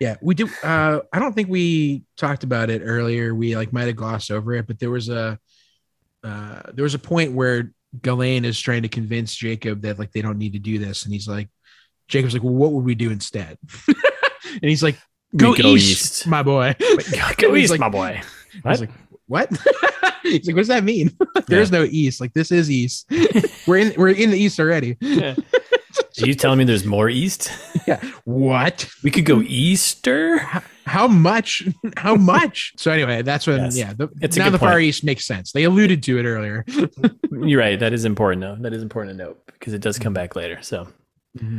Yeah, we do. Uh, I don't think we talked about it earlier. We like might have glossed over it, but there was a uh, there was a point where Galen is trying to convince Jacob that like they don't need to do this, and he's like, Jacob's like, well, what would we do instead? (laughs) and he's like,
We
go, east, my boy.
(laughs)
(laughs)
go
He's
east,
like-
my boy.
I was
What?
like, what? he's like, what (laughs) does that mean? There's no east. Like this is east. (laughs) we're in we're in the east already. (laughs)
Yeah. Are you telling me there's more east?
What?
We could go easter.
How much? (laughs)
(laughs)
How much? so anyway, that's when
Yes.
yeah. The,
It's a
now
good
the Far
point.
East makes sense. They alluded to it earlier.
You're right. That is important, though. That is important to note because it does come back later. So, all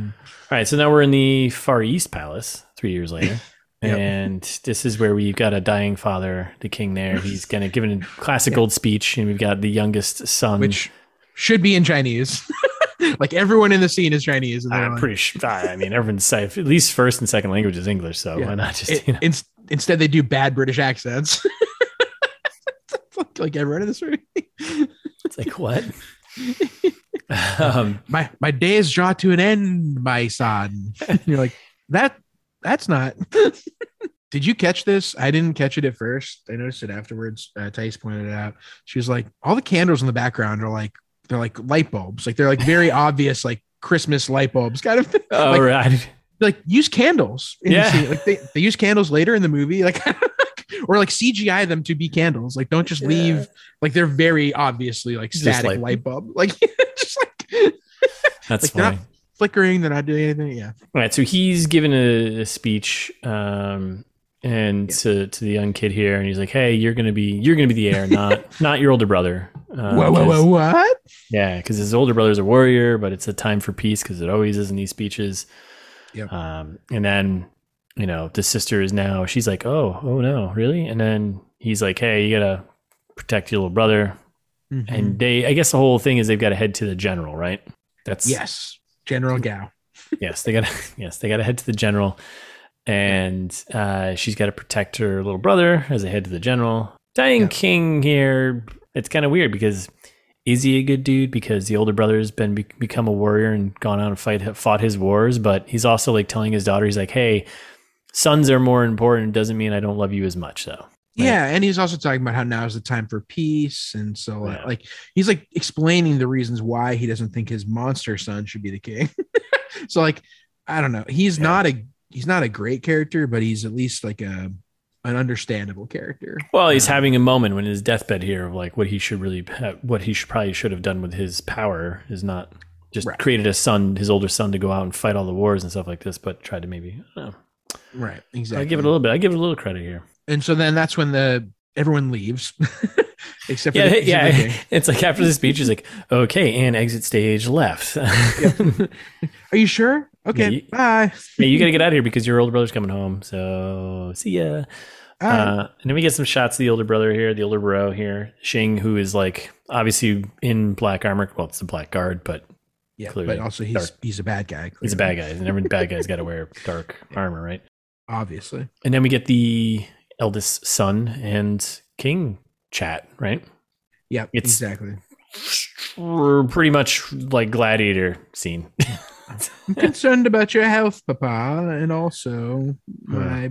right. So now we're in the Far East Palace three years later.
(laughs) Yep.
And this is where we've got a dying father, the king there. He's going to give a classic old speech. And we've got the youngest son.
Which should be in Chinese. (laughs) like everyone in the scene is Chinese. And they're
I'm
like-
Ah, pretty sure. I mean, everyone's safe. At least first and second language is English. So
Yeah.
why not just,
it-
you know,
ins- instead, they do bad British accents. (laughs) like everyone in this movie.
it's
(laughs)
like, what? um,
My my day is draw to an end, my
(laughs)
son. And you're like that. That's not. (laughs) Did you catch this? I didn't catch it at first. I noticed it afterwards. Uh, Tice pointed it out. She was like, all the candles in the background are like they're like light bulbs. Like they're like
(laughs)
very obvious, like Christmas light bulbs kind of thing.
all
Uh, like,
Oh, right.
like use candles. in the
Yeah.
scene. Like they, they use candles later in the movie, like (laughs) or like CGI them to be candles. Like don't just
Yeah.
leave. Like they're very obviously like
Just
static
like-
light bulb. (laughs) Like just like
That's
like,
fine.
they're not flickering. They're not doing anything. Yeah.
All right, so he's giving a, a speech um, and
Yeah.
to, to the young kid here, and he's like, "Hey, you're gonna be you're gonna be the heir, not not your older brother." Uh,
whoa, whoa, whoa,
'cause-
what?
Yeah, because his older brother's a warrior, but it's a time for peace because it always is in these speeches.
Yep.
Um, and then you know the sister is now she's like, "Oh, oh no, really?" And then he's like, "Hey, you gotta protect your little brother."
Mm-hmm.
And they, I guess, the whole thing is they've got to head to the general, right? That's
yes, General Gao.
yes, they got to (laughs) yes, they got to head to the general, and uh, she's got to protect her little brother as they head to the general. Dying
Yeah.
King here, it's kind of weird because is he a good dude? Because the older brother's been be- become a warrior and gone out and fight fought his wars, but he's also like telling his daughter, he's like, hey. Sons are more important. Doesn't mean I don't love you as much, though.
Yeah, and he's also talking about how now is the time for peace, and so uh,
Yeah.
like he's like explaining the reasons why he doesn't think his monster son should be the king. (laughs) so like I don't know, he's
Yeah.
not a he's not a great character, but he's at least like a an understandable character.
Well, he's
Yeah.
having a moment when his deathbed here of like what he should really, ha- what he should probably should have done with his power is not just
Right.
created a son, his older son, to go out and fight all the wars and stuff like this, but tried to maybe. I don't know.
Right, exactly.
I give it a little bit. I give it a little credit here.
and so then that's when the everyone leaves, (laughs) except for
Yeah,
the, except
yeah.
for the king.
It's like after the speech, he's like, "Okay, and exit stage left. (laughs) yeah,
Are you sure? Okay,
you-
bye.
you got to get out of here because your older brother's coming home. So see ya."
All right.
Uh, and then we get some shots of the older brother here, the older bro here, Shing, who is like obviously in black armor. Well, it's the black guard, but
yeah,
clearly
but also he's
dark.
he's a bad guy.
He's a
clearly,
bad guy, and every bad guy's got to wear dark armor, right?
obviously.
And then we get the eldest son and king chat, right?
Yep,
It's-
exactly.
We're pretty much like gladiator scene.
I'm concerned about your health, Papa, and also
Hmm.
my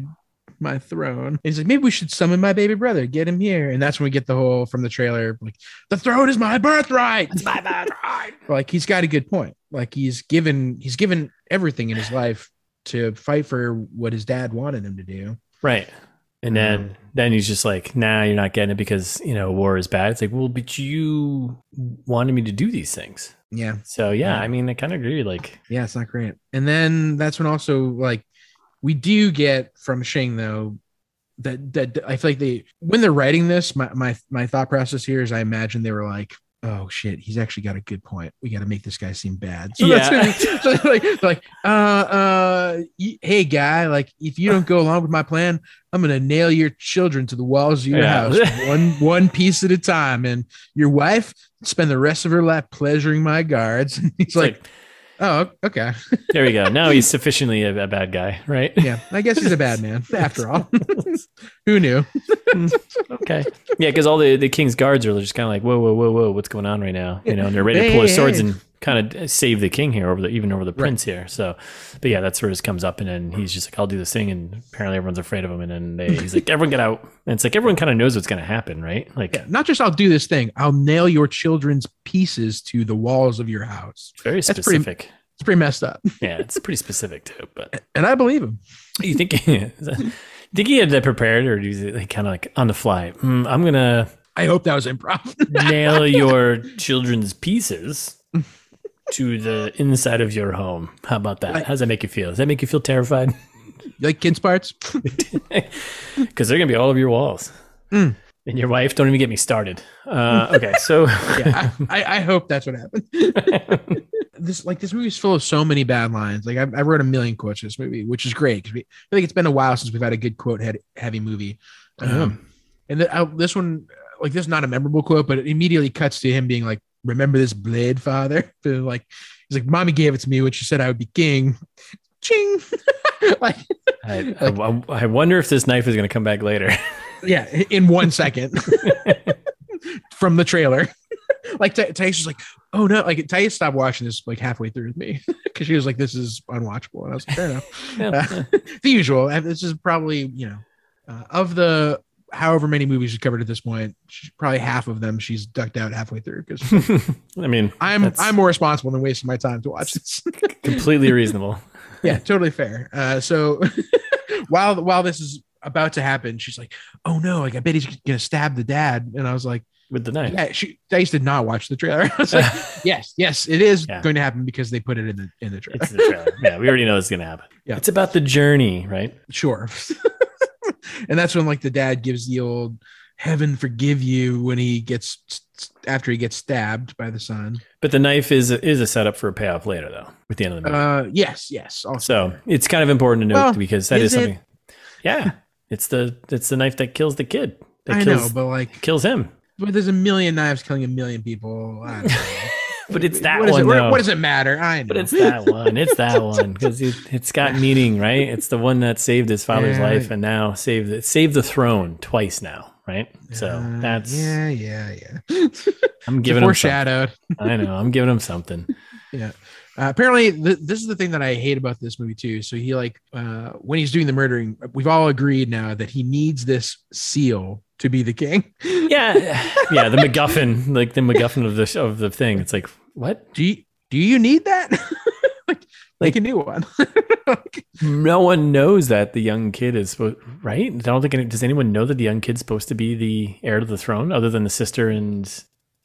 my throne. He's like, maybe we should summon my baby brother, get him here, and that's when we get the whole from the trailer, like the throne is my birthright. It's my birthright. like he's got a good point. Like he's given he's given everything in his life to fight for what his dad wanted him to do.
Right. And then
Um,
then he's just like, nah, you're not getting it because, you know, war is bad. It's like, well, but you wanted me to do these things.
Yeah,
So yeah,
Yeah.
I mean, I kind of agree. Like,
yeah, it's not great. And then that's when also like we do get from Shang though that that I feel like they when they're writing this, my my my thought process here is I imagine they were like, oh shit, he's actually got a good point. We got to make this guy seem bad. So
Yeah.
that's gonna be, (laughs) so like like uh uh y- hey guy, like if you don't go along with my plan, I'm gonna nail your children to the walls of your
Yeah.
house one one piece at a time, and your wife spend the rest of her life pleasuring my guards. (laughs) And he's
It's
like,
like,
oh okay,
there we go. Now he's sufficiently a, a bad guy, right?
yeah, I guess he's a bad (laughs) man after all. (laughs) Who knew?
okay. Yeah, because all the, the king's guards are just kind of like, whoa, whoa, whoa, whoa, what's going on right now? You know, and they're ready to pull their
Hey,
swords
hey.
and kind of save the king here, over the, even over the
Right.
prince here. So, but yeah, that's where this comes up, and then he's just like, I'll do this thing, and apparently everyone's afraid of him, and then they, he's like, everyone get out, and it's like everyone kind of knows what's going to happen, right? Like,
Yeah, not just I'll do this thing, I'll nail your children's pieces to the walls of your house.
it's very
That's pretty-
specific.
It's pretty messed up.
yeah, it's pretty specific too. But
And I believe him.
you think (laughs) think he had that prepared, or was it like kind of like on the fly? Mm, I'm gonna
I hope that was improv.
nail your children's pieces to the inside of your home. How about that? How does that make you feel? Does that make you feel terrified?
(laughs)
(laughs)
You like kids parts?
Because they're gonna be all over your walls.
Mm.
And your wife, don't even get me started. Uh, okay, so (laughs)
yeah, I, I hope that's what happened. this like this movie's full of so many bad lines. Like I, I wrote a million quotes for this movie, which is great because I feel like it's been a while since we've had a good quote head, heavy movie. Um, and the, I, this one, like this, is not a memorable quote, but it immediately cuts to him being like, "Remember this blade, father?" (laughs) So, like he's like, "Mommy gave it to me when she said I would be king." (laughs) Ching. (laughs) like
I, I, I wonder if this knife is gonna come back later. (laughs)
Yeah, i- in one second (laughs) from the trailer. (laughs) like Ta- Thais was like, "Oh no!" Like Thais stopped watching this like halfway through with me (laughs) because she was like, "This is unwatchable," and I was like, "Fair enough."
Yeah,
Uh, (laughs) the usual. And This is probably you know uh, of the however many movies she's covered at this point, she, probably half of them she's ducked out halfway through because
yeah. I mean,
I'm
That's-
I'm more responsible than wasting my time to watch this. (laughs)
completely reasonable.
yeah, totally fair. Uh, so (laughs) while while this is about to happen, she's like, "Oh no!" Like I bet he's gonna stab the dad, and I was like.
with the knife.
Yeah, she Dice did not watch the trailer. (laughs) I was
(laughs)
like, yes, yes, it is
Yeah.
going to happen because they put it in the in the trailer.
it's the trailer. Yeah, we already know it's gonna happen.
Yeah.
It's about the journey, right?
sure. and that's when like the dad gives the old heaven forgive you when he gets after he gets stabbed by the son.
But the knife is is a setup for a payoff later, though, with the end of the movie.
Uh yes, yes. Also
so it's kind of important to note
Well,
because that
is
is,
it? (laughs)
something. Yeah, it's the it's the knife that kills the kid. That
I know,
kills
but like
kills him.
but there's a million knives killing a million people.
(laughs)
I don't know.
But it's that
What does
one
it,
though.
what, what does it matter? I know.
but it's that one.
(laughs)
It's that one because it, it's got meaning, right? It's the one that saved his father's
Yeah.
life and now saved the, saved the throne twice now, right? So
Uh,
that's
yeah, yeah, yeah.
I'm
It's
giving him. Something.
foreshadowed.
I know I'm giving him something.
Uh, apparently, th- this is the thing that I hate about this movie too. So he like uh, when he's doing the murdering, we've all agreed now that he needs this seal to be the king.
(laughs) Yeah, yeah, the MacGuffin, like the MacGuffin of the of the thing. It's like what?
Do you, do you need that? (laughs) like, make a new one. (laughs)
No one knows that the young kid is supposed, right? I don't think any, does anyone know that the young kid's supposed to be the heir to the throne, other than the sister and.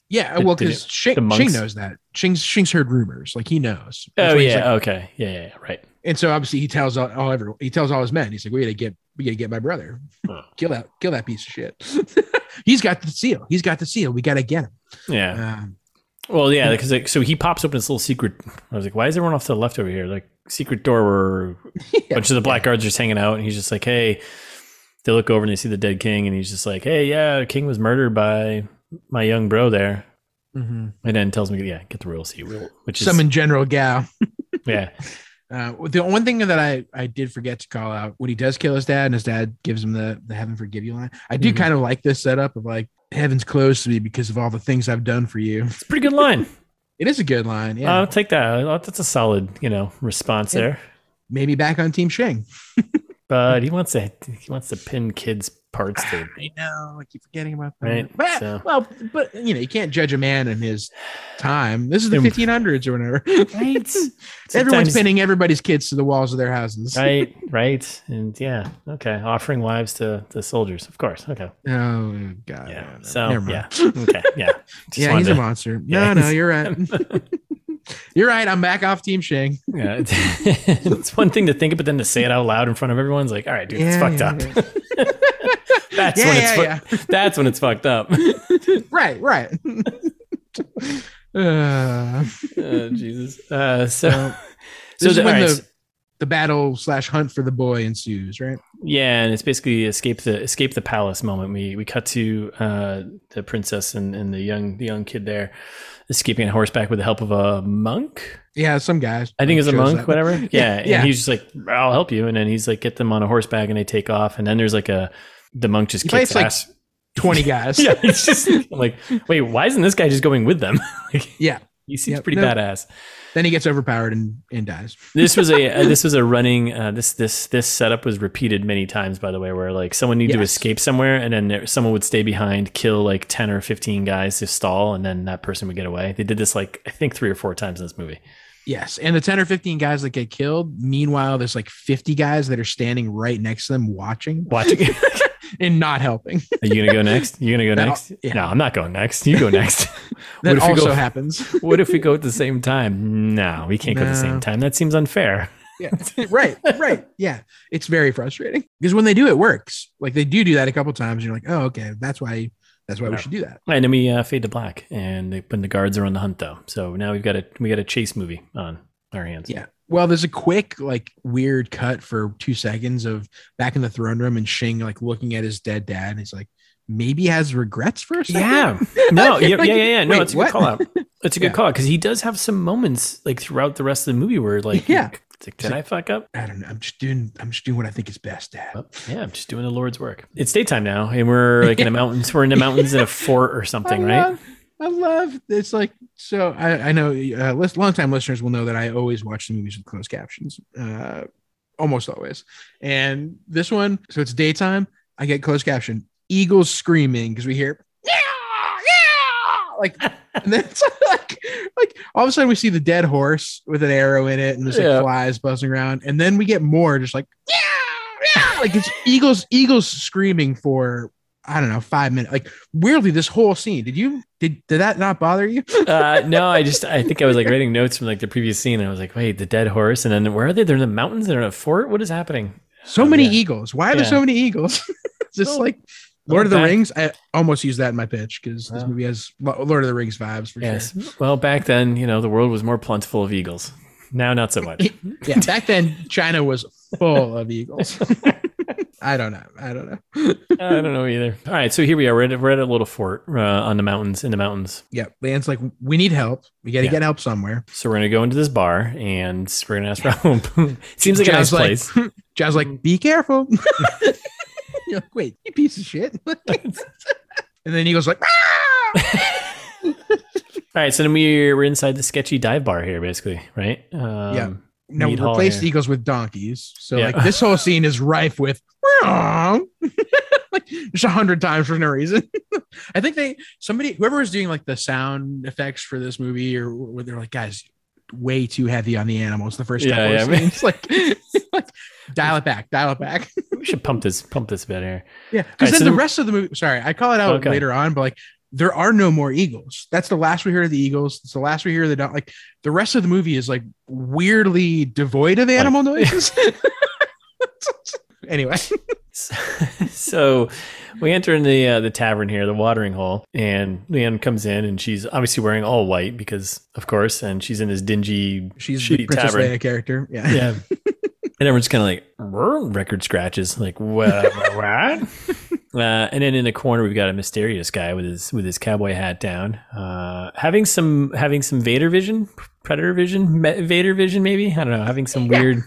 yeah,
The-
well,
the-
because Shing,
the monks-
Shing knows that. Shing's Shing's heard rumors, like he knows. That's
Oh
why he's
yeah,
like-
okay, yeah, yeah, yeah, right.
and so obviously he tells all, all everyone. He tells all his men. He's like, we gotta get we gotta get my brother.
Oh.
(laughs) Kill that kill that piece of shit. (laughs) he's got the seal. He's got the seal. We gotta get him.
Yeah,
Um,
well, yeah, because like, so he pops open this little secret. I was like, why is everyone off to the left over here? Like secret door where a bunch of the black guards are just hanging out, and he's just like, hey. They look over and they see the dead king, and he's just like, hey, yeah, king was murdered by my young bro there.
mhm.
And then tells me, yeah, get the royal seat, real- which is
Summon General Gao.
yeah,
Uh, the one thing that I, I did forget to call out when he does kill his dad and his dad gives him the, the heaven forgive you line. I do
Mhm.
kind of like this setup of like heaven's closed to me because of all the things I've done for you.
it's a pretty good line.
It is a good line. Yeah.
I'll take that. I'll- That's a solid, you know, response
Yeah.
there.
Maybe back on Team Shing.
But he wants to he wants to pin kids' parts
(laughs)
to
I know. I keep forgetting about that.
Right,
But,
so-
Well, but you know, you can't judge a man in his time. This is the
Um,
1500s or
(laughs)
whatever.
right.
Everyone's pinning everybody's kids to the walls of their houses.
right, right, and yeah, okay, offering wives to the soldiers, of course. Okay,
Oh, God.
yeah.
no, no,
so
never mind.
yeah, okay,
(laughs)
yeah. Just
yeah,
wanted
he's a
to-
monster.
Yeah,
no, no,
he's-
you're right. (laughs) you're right. I'm back off Team Shing.
(laughs) yeah. (laughs) it's one thing to think, it, but then to say it out loud in front of everyone's like, all right, dude, it's
Yeah,
fucked
yeah,
up. that's
Yeah,
when it's
yeah,
(laughs) fu- that's when it's fucked up.
Right, right. Uh,
Uh, Jesus. Uh, so,
this
(laughs) so
is
the, all
when
right,
the, the battle slash hunt for the boy ensues, right?
Yeah, and it's basically escape the escape the palace moment. We we cut to uh, the princess and, and the young the young kid there escaping on horseback with the help of a monk.
Yeah, some guys.
I think it's a
chose
monk,
that.
whatever. Yeah, and
yeah.
he's just like, "I'll help you," and then he's like, "Get them on a horseback," and they take off. And then there's like a the monk just
He
kicks
fights, like,
ass.
(laughs)
(laughs)
Twenty guys.
yeah, it's just I'm like, wait, why isn't this guy just going with them? (laughs) like,
Yeah.
he seems
Yep,
pretty
no.
badass.
(laughs) Then he gets overpowered and, and dies.
This
(laughs)
was a uh, this was a running uh, this this this setup was repeated many times. By the way, where like someone needed to
Yes.
escape somewhere, and then there, someone would stay behind, kill like ten or fifteen guys to stall, and then that person would get away. They did this like I think three or four times in this movie.
Yes, and the ten or fifteen guys that get killed. Meanwhile, there's like fifty guys that are standing right next to them, watching
Watching, are
(laughs) and not helping.
you gonna go next? You
(laughs)
gonna go
That al-
next?
yeah.
No, I'm not going next. You
(laughs)
go next.
That
if you
also
go-
happens.
what if we go at the same time? No, we can't go at the
No.
same time. That seems unfair.
Yeah. right. Right. Yeah. It's very frustrating because when they do, it works. Like they do do that a couple times. And you're like, oh, okay, that's why. That's why we
Yeah.
should do that.
And then we uh, fade to black, and they, when the guards are on the hunt, though, so now we've got a we got a chase movie on our hands.
Yeah. Well, there's a quick, like, weird cut for two seconds of back in the throne room and Shing like looking at his dead dad, and he's like, maybe has regrets for a second.
Yeah.
(laughs)
No. Yeah. Yeah. Yeah. yeah. No,
Wait,
it's a good
what? (laughs)
call out. It's a good
Yeah.
call out because he does have some moments like throughout the rest of the movie where like,
Yeah.
it's like, did I fuck up?
I don't know. I'm just doing. I'm just doing what I think is best, Dad.
Well, yeah, I'm just doing the Lord's work. It's daytime now,
(laughs)
and we're like in the mountains. We're in the mountains in a fort or something,
I
right?
Love, I love it's like so. I, I know uh, list, longtime listeners will know that I always watch the movies with closed captions, uh, almost always. And this one, so it's daytime. I get closed caption. Eagles screaming because we hear yeah, yeah, like, and then it's (laughs) like, like all of a sudden we see the dead horse with an arrow in it, and there's like
Yeah.
flies buzzing around, and then we get more just like yeah, yeah, like it's eagles, eagles screaming for I don't know five minutes. Like weirdly this whole scene did you did did that not bother you
Uh, no, I just I think I was like writing notes from like the previous scene, and I was like, wait, the dead horse, and then where are they? They're in the mountains. They're in a fort. What is happening?
so many
Oh, yeah.
eagles why are there
Yeah.
so many eagles (laughs) just
Well,
like lord of the
back-
rings i almost used that in my pitch because this
Wow.
movie has Lo- lord of the rings vibes for
Yes. Well, back then, you know, the world was more plentiful of eagles. Now, not
(laughs)
so much.
sure yeah back then china was full of eagles i don't know i don't know
I don't know either. All right, so here we are. We're at, we're at a little fort uh, on the mountains, in the mountains.
yeah lan's like we need help we gotta
Yeah.
get help somewhere
So we're gonna go into this bar and we're gonna ask for help.
(laughs)
Seems like a nice
John's like, (laughs)
place.
John's like, be careful. (laughs) You're like, wait, you piece of shit. (laughs) and then Eagle's like, "Ah!"
All right, so then we're, we're inside the sketchy dive bar here, basically, right? Um,
Yeah. No,
Meat hall
replace
here.
eagles with donkeys. So
Yeah.
like this whole scene is rife with (laughs) like just a hundred times for no reason. (laughs) I think they somebody whoever was doing like the sound effects for this movie or where they're like, guys, way too heavy on the animals the first
Yeah,
couple of
yeah.
scenes. (laughs) Like, (laughs) like dial it back, dial it back.
We should pump this pump this a bit here.
Yeah.
Alright,
Because then
so
the
then-
rest of the movie sorry, I call it out
Okay.
later on, but like there are no more eagles. That's the last we hear of the eagles. It's the last we hear of the don- like the rest of the movie is like weirdly devoid of
(laughs)
animal noises. (laughs) anyway,
So, (laughs) so we enter in the uh, the tavern here, the watering hole, and Leanne comes in and she's obviously wearing all white because, of course, and she's in this dingy
she's the
Shitty
Princess
tavern.
Leia character. Yeah.
yeah. (laughs) and everyone's kind of like "Rrr," record scratches,
(laughs)
like what? what? (laughs) Uh, and then in the corner, we've got a mysterious guy with his with his cowboy hat down, uh, having some having some Vader vision, Predator vision, Me- Vader vision, maybe I don't know, having some weird.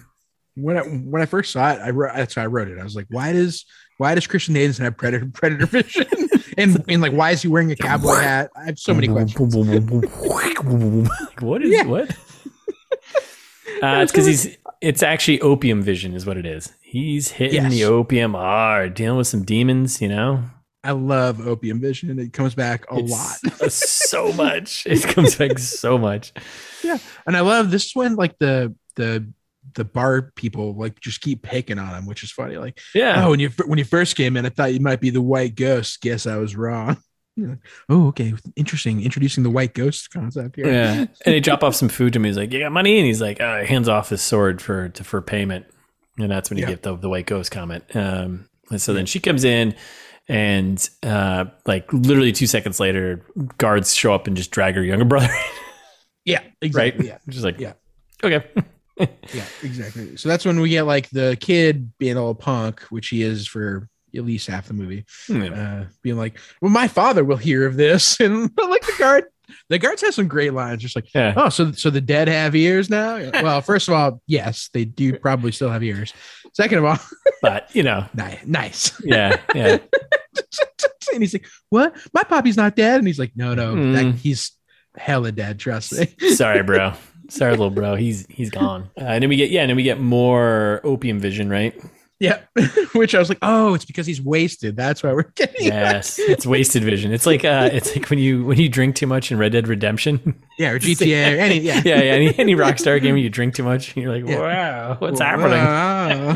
When I when I first saw it, I wrote that's why I wrote it. I was like, why does why does Christian Davidson have predator (laughs) predator vision? and and like why is he wearing a cowboy hat? I have so
Mm-hmm.
many questions.
like, (laughs) what is
Yeah. (laughs)
what? Uh, it's because he's. It's actually opium vision, is what it is. He's hitting
Yes.
the opium hard, dealing with some demons, you know.
I love opium vision. It comes back a lot.
(laughs) lot. so much. (laughs) It comes back so much.
And I love this one, like the the the bar people like just keep picking on him, which is funny. Like,
Yeah.
oh, when you fir- when you first came in, I thought you might be the white ghost. Guess I was wrong. (laughs) You're like, oh, okay, interesting. Introducing the white ghost concept here.
Yeah. And they drop off some food to me. He's like, You got money? And he's like, uh, hands off his sword for to, for payment. And that's when you
Yeah.
get the, the white ghost comment. Um, and so then she comes in And uh, like literally two seconds later, guards show up and just drag her younger (laughs) brother.
(laughs) Yeah,
right.
exactly. Yeah,
just like
Yeah.
okay. (laughs)
yeah, exactly. So that's when we get like the kid being all punk, which he is for at least half the movie,
Yeah.
uh, being like, "Well, my father will hear of this," (laughs) and like the guard. The guards have some great lines, just like,
Yeah.
"Oh, so so the dead have ears now?" Yeah. Well, first of all, yes, they do probably still have ears. Second of all, (laughs)
But you know,
ni- nice. (laughs)
yeah, yeah.
and he's like, "What? My poppy's not dead?" And he's like, "No, no,
Mm.
that, he's hella dead. Trust me." (laughs)
Sorry, bro. Sorry, little bro. He's he's gone. Uh, and then we get yeah, and then we get more opium vision, right?
yeah. (laughs) Which I was like, "Oh, it's because he's wasted. That's why we're getting."
Yes, it's wasted vision. It's like uh, it's like when you when you drink too much in Red Dead Redemption.
(laughs) Yeah, or GTA, or (laughs) any (laughs) yeah.
yeah, yeah. Any any Rockstar game, where you drink too much, and you're like,
Yeah.
wow, what's happening?
Wow.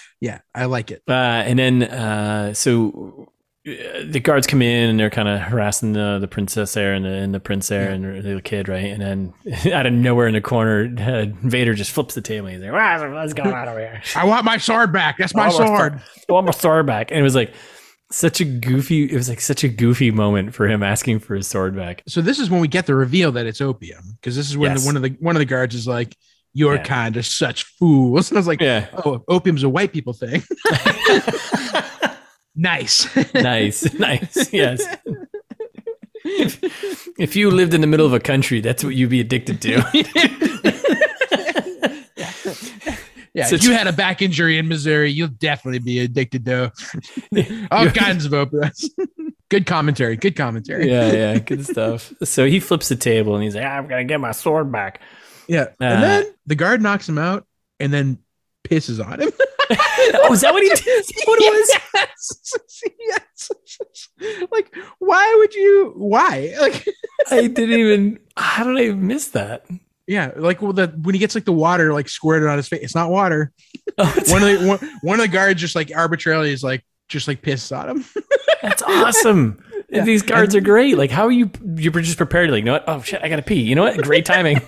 (laughs) yeah, I like it.
Uh, and then uh, so uh, the guards come in and they're kind of harassing the, the princess there and the, and the prince there and the little kid, right? And then (laughs) out of nowhere in the corner, uh, Vader just flips the table. And he's like, "Wow, what's going on
(laughs)
over here?"
I want my sword back. That's Oh, my
I want
sword.
I want my sword back. And it was like such a goofy. It was like such a goofy moment for him asking for his sword back.
So this is when we get the reveal that it's opium, because this is when
Yes.
the, one of the one of the guards is like, "Your
Yeah.
kind are such fools," (laughs) and I was like,
Yeah,
"Oh, opium's a white people thing." (laughs) nice.
(laughs) nice, nice. Yes. If, if you lived in the middle of a country, that's what you'd be addicted to.
(laughs) Yeah,
So
if you had a back injury in Missouri, you'll definitely be addicted to all
You're-
kinds of opium.
(laughs)
good commentary. Good commentary.
(laughs) yeah, yeah, good stuff. So he flips the table and he's like, "Ah, "I'm gonna get my sword back."
Yeah.
Uh,
and then the guard knocks him out and then pisses on him.
Oh, is that what he did? Is that What it was?
(laughs) Yes. yes. (laughs) Like, why would you? Why? (laughs) Like,
I didn't even. How did I miss that?
yeah. Like, well, the, when he gets like the water like squirted on his face, it's not water.
Oh, it's-
One of the one, one of the guards just like arbitrarily is like just like pisses on him.
That's awesome.
Yeah.
These guards are great. Like, how are you? You're just prepared. Like, you know what? Oh shit, I gotta pee. You know what? Great timing.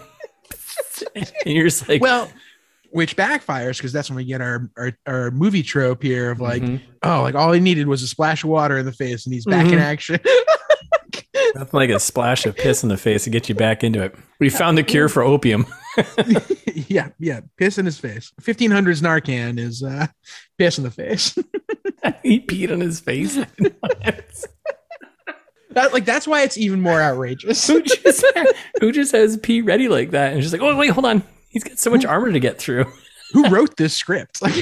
(laughs) and you're just like,
Well, which backfires because that's when we get our, our our movie trope here of like,
Mhm.
oh, like all he needed was a splash of water in the face and he's back in
Mhm.
action. (laughs)
nothing like a splash of piss in the face to get you back into it. We found the cure for opium. (laughs)
yeah, yeah, piss in his face. 1500's Narcan is uh, piss in the face. (laughs)
he peed on his face. (laughs)
That like that's why it's even more
(laughs)
outrageous.
who just who just has pee ready like that? And she's like, oh wait, hold on. He's got so much armor to get through.
Who wrote this script? (laughs)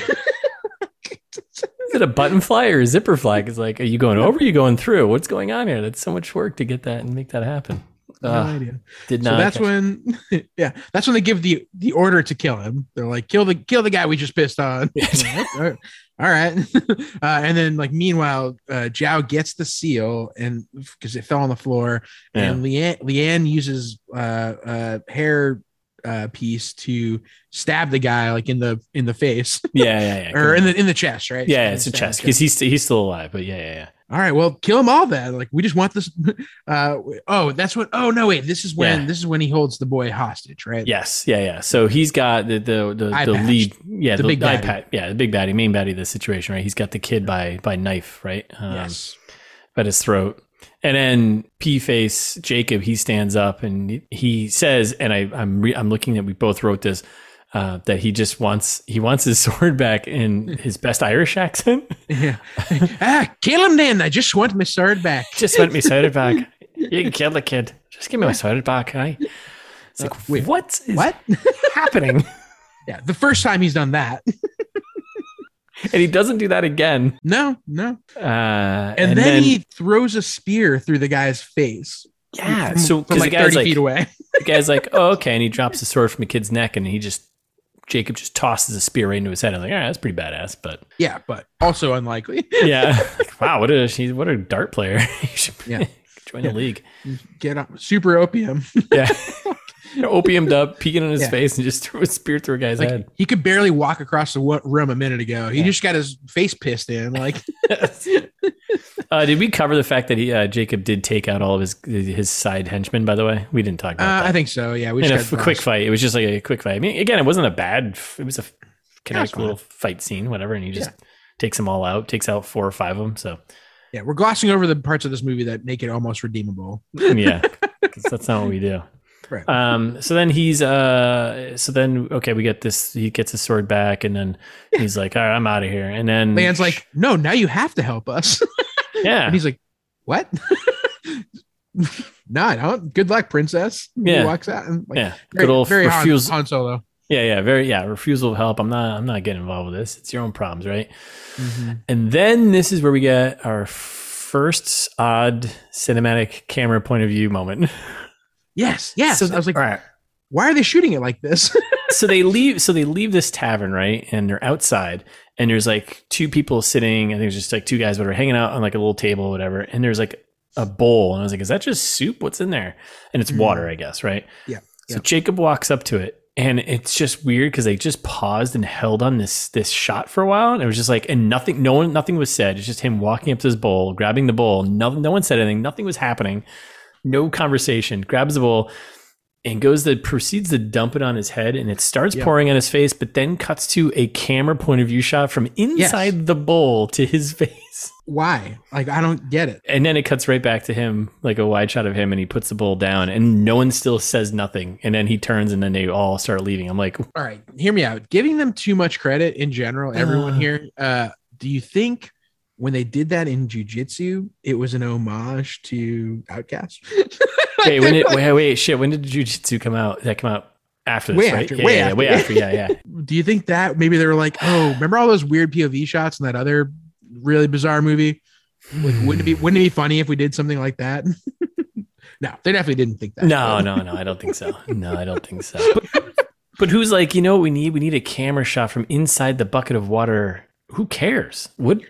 Like,
Is it a button fly or a zipper fly? It's like, are you going over? Or are you going through? What's going on here? That's so much work to get that and make that happen.
no
Uh,
idea.
did
So
not.
that's
catch-
when, (laughs) yeah, that's when they give the the order to kill him. They're like, kill the kill the guy we just pissed
(laughs)
on. All right. All right. (laughs) Uh, and then like meanwhile, uh, Zhao gets the seal and because it fell on the floor,
Yeah.
and Leanne Leanne uses uh, uh, hair uh, piece to stab the guy like in the in the
(laughs)
face
yeah, yeah,
(laughs)
yeah.
or in the in the chest, right?
Yeah, it's a
Stab
chest
the guy.
because he's he's still alive. But yeah, yeah, yeah.
all right well kill them all then like we just want this (laughs) uh oh that's what oh no wait this is when
Yeah.
this is when he holds the boy hostage right
Yes, yeah, yeah. So he's got the the the,
Eye
the
patch.
lead, yeah,
The
the,
big
eye
baddie.
pat- yeah, the big baddie, main baddie of the situation, right? He's got the kid by by knife, right?
(laughs)
Um,
yes
at his throat. And then P face Jacob, he stands up and he says, and I, I'm re- I'm looking at we both wrote this. Uh, that he just wants he wants his (laughs) sword back in his best Irish accent. (laughs)
yeah ah kill him then i just want my sword back
just want me sword back. You can kill the kid. Just give me my sword back, hey. It's like
wait,
what is
what
happening? (laughs)
yeah the first time he's done that
and he doesn't do that again.
no no
Uh,
and, then, he throws a spear through the guy's face
(laughs)
Mm,
yeah,
from-
so
from
because the
like
guy's
30
like,
feet away (laughs)
the guy's like, oh okay, and he drops the sword from the kid's neck, and he just Jacob just tosses a spear right into his head. I'm like, all right, that's pretty badass,
(laughs)
but
yeah but also unlikely (laughs)
yeah, (laughs) Like, wow, what a he's what a dart player. (laughs) He should
Yeah.
join
Yeah.
the league.
get up super opium
Yeah, opiumed up, peeking on his
Yeah.
face, and just (laughs) threw a spear through a guy's
like
head. (laughs)
he could barely walk across the wo- room a minute ago he
Yeah.
just got his face pissed in
(laughs)
like
uh, did we cover the fact that he uh, Jacob did take out all of his his side henchmen? By the way, we didn't talk about
Uh,
that.
I think so. Yeah, we
in a
just
f-
got
quick
lost.
fight. It was just like a quick fight. I mean, again, it wasn't a bad. f- It was a f-
Yeah, it's
kinetic
fine.
little fight scene, whatever. And he just takes them all out, takes out four or five of
(laughs)
them. So
Yeah, we're glossing over the parts of this movie that make it almost redeemable.
yeah, 'cause that's not what we do.
Right.
Um, so then he's uh, so then okay, we get this. He gets his sword back, and then he's like, "All right, I'm out of here." And then
Man's like, no, now you have to help us.
"Yeah,
And he's like, (laughs) what? no, I don't. Good luck, princess. And
Yeah.
He walks out and like,
yeah,
very,
good old
very Han-
refuse.
Han Solo.
Yeah, yeah, very yeah, refusal of help. I'm not, I'm not getting involved with this. It's your own problems, right?
Mm-hmm.
And then this is where we get our first odd cinematic camera point of view moment.
Yes, yes.
(laughs) So
I was like,
all right.
why are they shooting it like this? (laughs)
so they leave so they leave this tavern right and they're outside and there's like two people sitting and there's just like two guys that are hanging out on like a little table or whatever and there's like a bowl and i was like is that just soup what's in there and it's
Mm.
water i guess right
Yeah,
so
yeah.
jacob walks up to it and it's just weird because they just paused and held on this this shot for a while and it was just like and nothing no one nothing was said it's just him walking up to this bowl grabbing the bowl no, no one said anything nothing was happening no conversation grabs the bowl and goes to proceeds to dump it on his head and it starts
Yeah.
pouring on his face but then cuts to a camera point of view shot from inside the bowl to his (laughs) face
why? Like, I don't get it.
and then it cuts right back to him like a wide shot of him and he puts the bowl down and no one still says nothing and then he turns and then they all start leaving i'm
(laughs)
like
All right, hear me out. Giving them too much credit in general, everyone
Uh.
here. Uh, do you think when they did that in jujitsu, it was an homage to (laughs) Outcast?
wait when did, wait wait shit when did jujitsu come out that come out after this
Way
right
after,
yeah,
way
yeah, yeah,
after.
way after yeah yeah
do you think that maybe they were like,
(sighs)
oh, remember all those weird POV shots in that other really bizarre movie? Like, wouldn't it be wouldn't it be funny if we did something like that? (laughs) no, they definitely didn't think that.
No, no, no, I don't think so. No, I don't think so. But, but who's like, you know what we need? We need a camera shot from inside the bucket of water. Who cares? What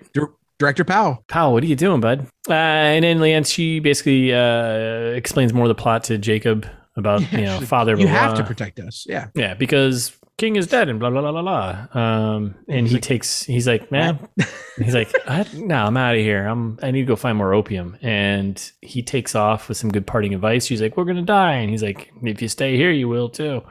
Director Powell.
Powell, what are you doing, bud? Uh, and then Leanne, she basically uh, explains more of the plot to Jacob about,
Yeah,
you know,
she's like,
father
You
blah,
have to
blah."
protect us.
(laughs)
Yeah.
Yeah, because King is dead and blah blah blah blah blah. Um, and he takes. He's like, man. he's like, I, no, I'm out of here. I'm. I need to go find more opium. And he takes off with some good parting advice. She's like, we're gonna die. And he's like, if you stay here, you will too.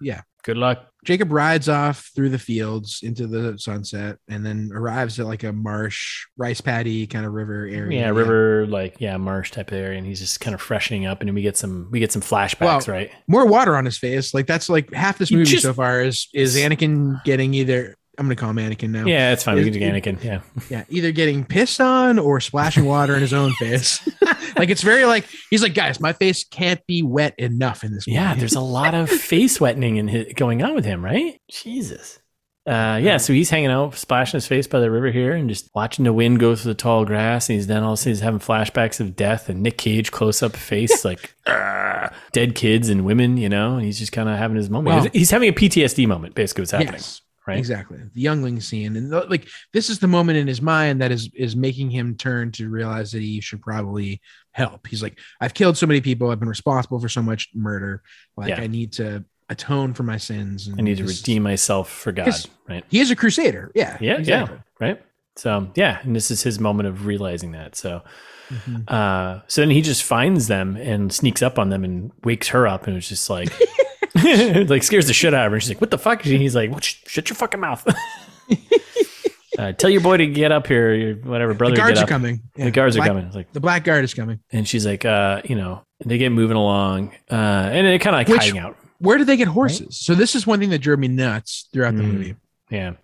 yeah.
Good luck.
Jacob rides off through the fields into the sunset and then arrives at like a marsh, rice paddy kind of river area.
Yeah, river like yeah, marsh type area. And he's just kind of freshening up. And then we get some we get some flashbacks,
Well,
right?
More water on his face. Like that's like half this
You
movie
just-
so far is is Anakin getting either I'm gonna call him Anakin now.
Yeah, it's fine.
Is-
We can do Anakin. Yeah,
Yeah, either getting pissed on or splashing water in his
(laughs)
own face. (laughs) like it's very like he's like, guys, my face can't be wet enough in this. Movie.
yeah. There's
(laughs)
a lot of face wettening in his, going on with him, right? Jesus. Uh, yeah, so he's hanging out, splashing his face by the river here, and just watching the wind go through the tall grass. And he's then all of a sudden he's having flashbacks of death and Nick Cage close up face, like "Argh," dead kids and women, you know. And he's just kind of having his moment.
Well-
he's, he's having a PTSD moment, basically. What's happening?
yes,
right?
exactly. The youngling scene, and the- like this is the moment in his mind that is is making him turn to realize that he should probably help. He's like, I've killed so many people. I've been responsible for so much murder. Like
Yeah.
I need to atone for my sins. And
I need to
this-
redeem myself for God,
Yes.
right?
He is a crusader. Yeah.
Yeah, yeah. Right. So yeah, and this is his moment of realizing that. So,
Mhm.
uh, so then he just finds them and sneaks up on them and wakes her up, and it's just like, (laughs) like scares the shit out of her. And she's like, "What the fuck?" And he's like, what, sh- "Shut your fucking mouth." (laughs) uh, tell your boy to get up here. Your whatever brother,
The
to
guards
get
are
up.
coming. Yeah.
The guards are
Black-
coming. It's like,
The black guard is coming.
and she's like, uh, you know, and they get moving along, uh, and they kind of like
Which-
hiding out.
Where do they get horses? So this is one thing that drove me nuts throughout the
Mm.
movie.
Yeah.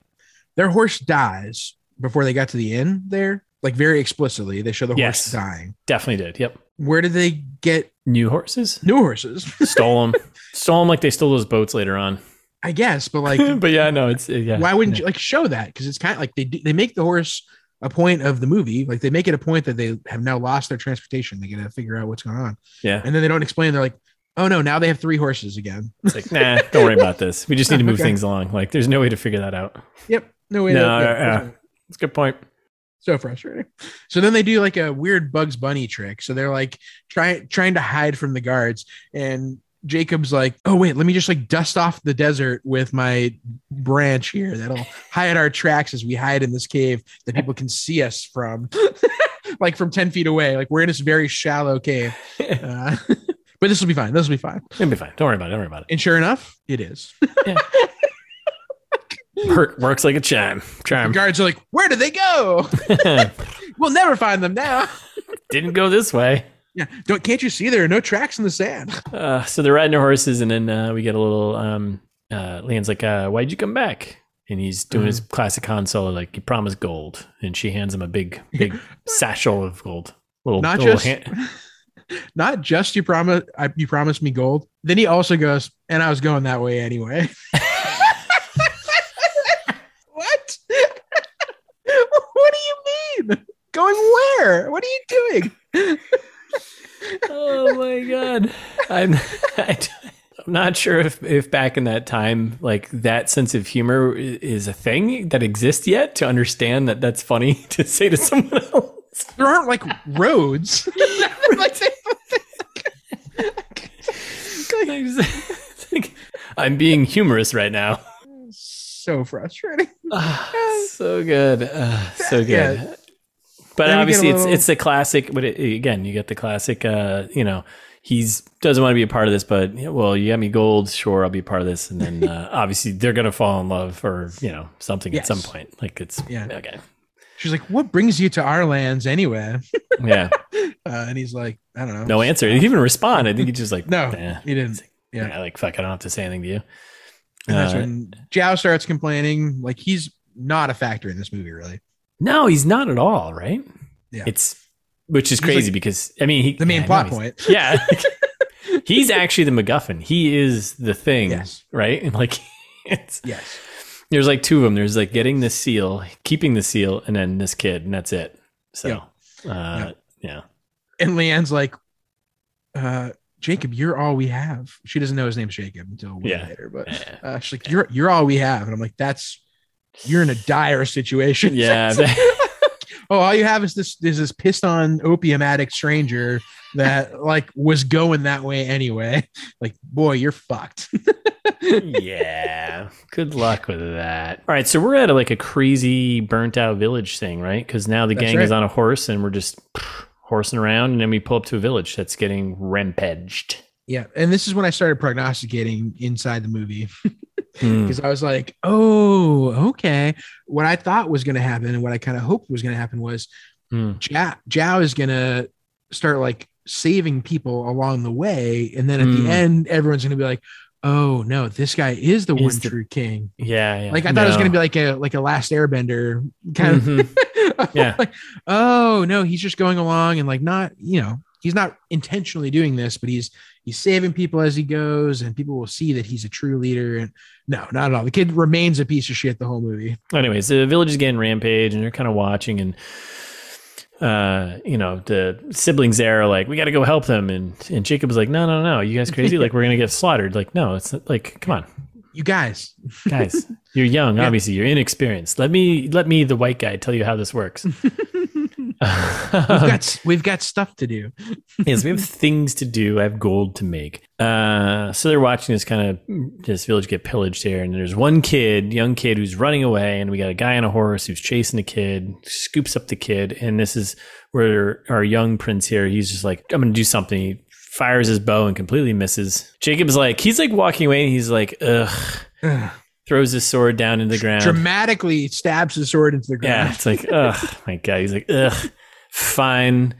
their horse dies before they got to the inn there like very explicitly they show the
Yes.
horse dying
Definitely did. Yep.
where did they get
New horses.
new horses (laughs)
stole them stole them like they stole those boats later on
i guess but like
but (laughs) yeah no it's yeah
why wouldn't you like show that because it's kind of like they do, they make the horse a point of the movie like they make it a point that they have now lost their transportation they gotta figure out what's going on
yeah
and then they don't explain they're like oh no now they have three horses again
it's like nah don't worry about this we just need to
(laughs)
move
Okay.
things along like there's no way to figure that out
yep no way
No, uh,
that- yeah,
yeah.
there's no-
it's a good point
so frustrating. So then they do like a weird Bugs Bunny trick. So they're like trying trying to hide from the guards, and Jacob's like, "Oh wait, let me just like dust off the desert with my branch here. That'll hide our tracks as we hide in this cave that people can see us from, (laughs) like from ten feet away. Like we're in this very shallow cave, uh, (laughs) but this will be fine. This will be fine."
it'll be fine don't worry about it don't worry about it
And sure enough, it is.
Yeah. Work, works like a charm.
The
Charm.
guards are like, where did they go? (laughs)
(laughs)
We'll never find them now. (laughs)
Didn't go this way.
Yeah, don't can't you see there are no tracks in the sand?
Uh, so they're riding their horses, and then uh, we get a little. Um, uh, Leanne's like, uh, "Why'd you come back?" And he's doing his classic Han Solo, like, "You promised gold," and she hands him a big, (laughs) big satchel of gold. Little,
Not
little
just- Not just you promise I, you promised me gold. Then he also goes, and I was going that way anyway. (laughs) what? (laughs) what do you mean? Going where? What are you doing?
oh my god i'm (laughs) I, i'm not sure if if back in that time like that sense of humor i- is a thing that exists yet to understand that that's funny (laughs) to say to someone else
There aren't like roads. Like,
It's like, i'm being humorous right now
(laughs) so frustrating.
Ah, (sighs) so good (sighs) Ah, so good
Yeah. Then we
but
get a
obviously it's
little-
it's the classic but it, again you get the classic uh you know he's doesn't want to be a part of this but you know, well you got me gold sure i'll be a part of this and then
(laughs)
uh, obviously they're gonna fall in love or you know something at some
Yes.
point like it's
Yeah.
okay
She's like, "What brings you to our lands anyway?"
yeah
Uh, and he's like, "I don't know."
no answer he didn't even respond i think he's just like
No,
"Nah,
he didn't. yeah.
nah, like fuck i don't have to say anything to you
And that's
Uh,
when Zhao starts complaining. Like he's not a factor in this movie, really.
no he's not at all right
Yeah.
it's which is
He's like-
crazy because i mean he
The main
yeah, I know
plot
he's-
point. (laughs)
yeah he's actually the macguffin he is the thing
Yes.
right and like it's
Yes.
there's like two of them there's like getting the seal keeping the seal and then this kid and that's it so
Yeah.
uh yeah,
And Leanne's like, uh, "Jacob, you're all we have." She doesn't know his name's Jacob until way
Yeah.
later, but
yeah.
uh, she's like, "You're you're all we have," and I'm like, "That's." You're in a dire (laughs) situation.
Yeah, that-
oh, all you have is this is this pissed on opium addict stranger that (laughs) like was going that way anyway. (laughs) Like, boy, you're fucked.
(laughs)
(laughs)
yeah. Good luck with that. All right, so we're at like a crazy burnt out village thing, right? Because now the
That's
gang is
right.
on a horse and we're just pff, horsing around, and then we pull up to a village that's getting rampaged.
yeah, and this is when I started prognosticating inside the movie
Hmm.
because I was like, oh, okay. What I thought was going to happen and what I kind of hoped was going to happen was
Hmm.
Jao, Jao is going to start like saving people along the way, and then at
Hmm.
the end, everyone's going to be like, oh no, this guy is the
Is
one
the-
true king.
Yeah, yeah.
Like I thought it was going to be like a like a Last Airbender kind of
Mhm.
(laughs)
Yeah.
like, oh no, he's just going along and like not, you know, he's not intentionally doing this, but he's he's saving people as he goes, and people will see that he's a true leader. And no, not at all. The kid remains a piece of shit the whole movie.
anyways, the village is getting rampage and they're kind of watching and uh, you know, the siblings there are like, we got to go help them. And, and Jacob's like, no, no, no, you guys crazy. Like, we're going to get slaughtered. Like, no, it's not, like, come on
You guys,
guys, you're young.
Yeah.
Obviously you're inexperienced. Let me, let me, the white guy tell you how this works. (laughs)
we've
Um,
got we've got stuff to
(sighs)
do. (sighs)
yes, we have things to do. I have gold to make. Uh, so they're watching this kind of this village get pillaged here, and there's one kid, young kid, who's running away, and we got a guy on a horse who's chasing the kid, scoops up the kid, and this is where our young prince here. He's just like, I'm gonna do something. He fires his bow and completely misses. Jacob's like, he's like walking away, and he's like, ugh,
Ugh.
throws his sword down in the ground.
Dramatically stabs his sword into the
Yeah,
ground.
it's like, ugh, my god. He's like, ugh, fine,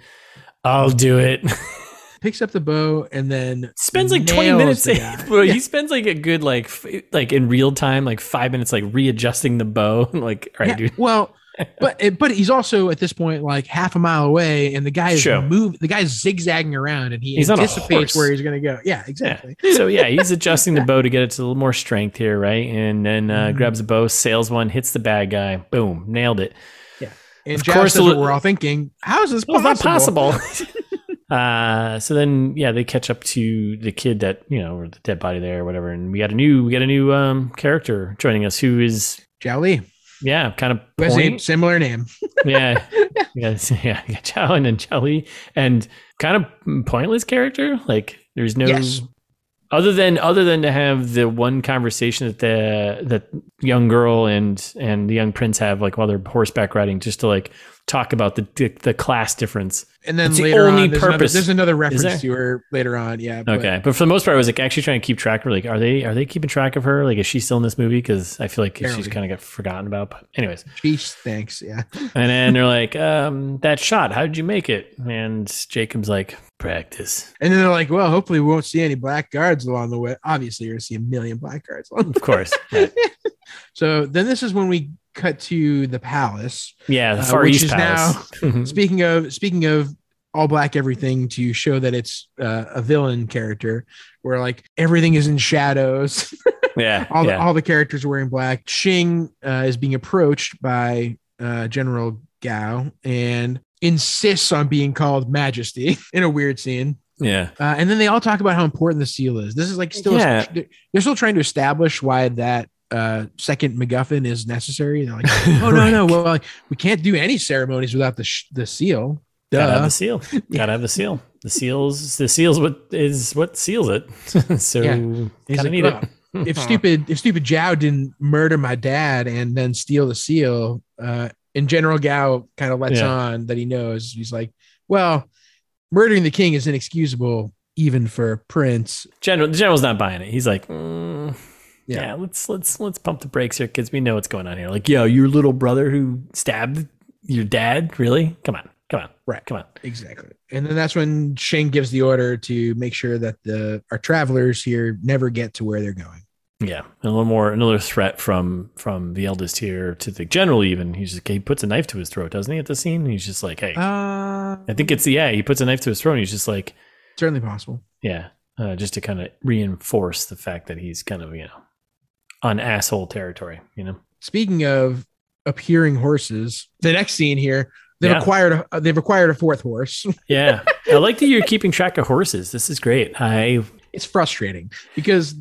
I'll do it.
Picks up the bow and then
spends like 20
nails
minutes
the guy.
(laughs) bro, he spends like a good like f- like in real time like five minutes like readjusting the bow (laughs) like all right
Yeah,
dude (laughs)
well, but but he's also at this point like half a mile away, and the guy is
Sure.
move. The guy's zigzagging around, and he
He's on a horse.
anticipates where he's going to go. Yeah, exactly.
so (laughs) yeah he's adjusting the bow to get it to a little more strength here right and then uh,
Mhm.
grabs a bow sails one hits the bad guy boom nailed it
And
Of
Josh
course
does
the-
what we're all thinking. How is this
Well,
possible?
it's not possible. (laughs) uh, so then, yeah, they catch up to the kid that you know, or the dead body there, or whatever. And we got a new, we got a new um, character joining us, who is,
Jowly,
yeah, kind of
who has a
point-
similar name.
yeah, yes, (laughs) yeah, yeah, Chow and then Jelly, and kind of pointless character. Like there's no
Yes.
other than other than to have the one conversation that the that young girl and and the young prince have like while they're horseback riding, just to like talk about the the, the class difference.
And then
It's the
later
only
on, there's another,
purpose.
there's another
there?
reference to her later on. Yeah. but-
Okay, but, for the most part, I was like actually trying to keep track of like are they are they keeping track of her? Like is she still in this movie? Because I feel like she's
Barely.
kind of got forgotten about. But anyways,
Sheesh, thanks. Yeah.
and then they're like, um, that shot, how did you make it? And Jacob's like, practice.
And then they're like, well, hopefully we won't see any black guards along the way. Obviously, you're going to see a million black guards. Along (laughs)
Of course. Right.
So then this is when we cut to the palace.
Yeah, the
Uh,
Far
which
East
is
Palace.
Speaking of speaking of all black everything to show that it's uh, a villain character where like everything is in shadows.
(laughs)
(laughs)
yeah,
all, the,
yeah.
all the characters are wearing black. Shing uh, is being approached by uh, General Gao and insists on being called Majesty (laughs) in a weird scene.
yeah.
Uh, and then they all talk about how important the seal is. This is like still,
Yeah.
they're still trying to establish why that uh, second MacGuffin is necessary.
(laughs)
They're like, oh, no, no.
Right.
Well, like, we can't do any ceremonies without the, sh- the seal.
Gotta have
Duh.
the seal.
(laughs)
Gotta have the seal. The seals. The seals. What is what seals it? (laughs) so
Yeah. He's
gotta
like,
need
"Well,
it. (laughs)
if stupid if stupid Zhao didn't murder my dad and then steal the seal, uh, and General Gao kind of lets
Yeah.
on that he knows. He's like, well, murdering the king is inexcusable even for a prince.
General, the general's not buying it. He's like, mm, yeah.
Yeah.
let's let's let's pump the brakes here, kids. We know what's going on here. Like, yo, your little brother who stabbed your dad, really? Come on, come on,
Right.
come on.
Exactly. And then that's when Shang gives the order to make sure that the our travelers here never get to where they're going.
Yeah, and a little more, another threat from from the eldest here to the general. Even he's just, he puts a knife to his throat, doesn't he? At the scene, he's just like, hey,
Uh
I think it's yeah. He puts a knife to his throat. And he's just like,
certainly possible.
yeah, uh, just to kind of reinforce the fact that he's kind of you know on asshole territory. You know,
Speaking of appearing horses, the next scene here, they've
Yeah.
acquired a, uh, they've acquired a fourth horse. (laughs)
yeah. I like that you're keeping track of horses. This is great. I
it's frustrating because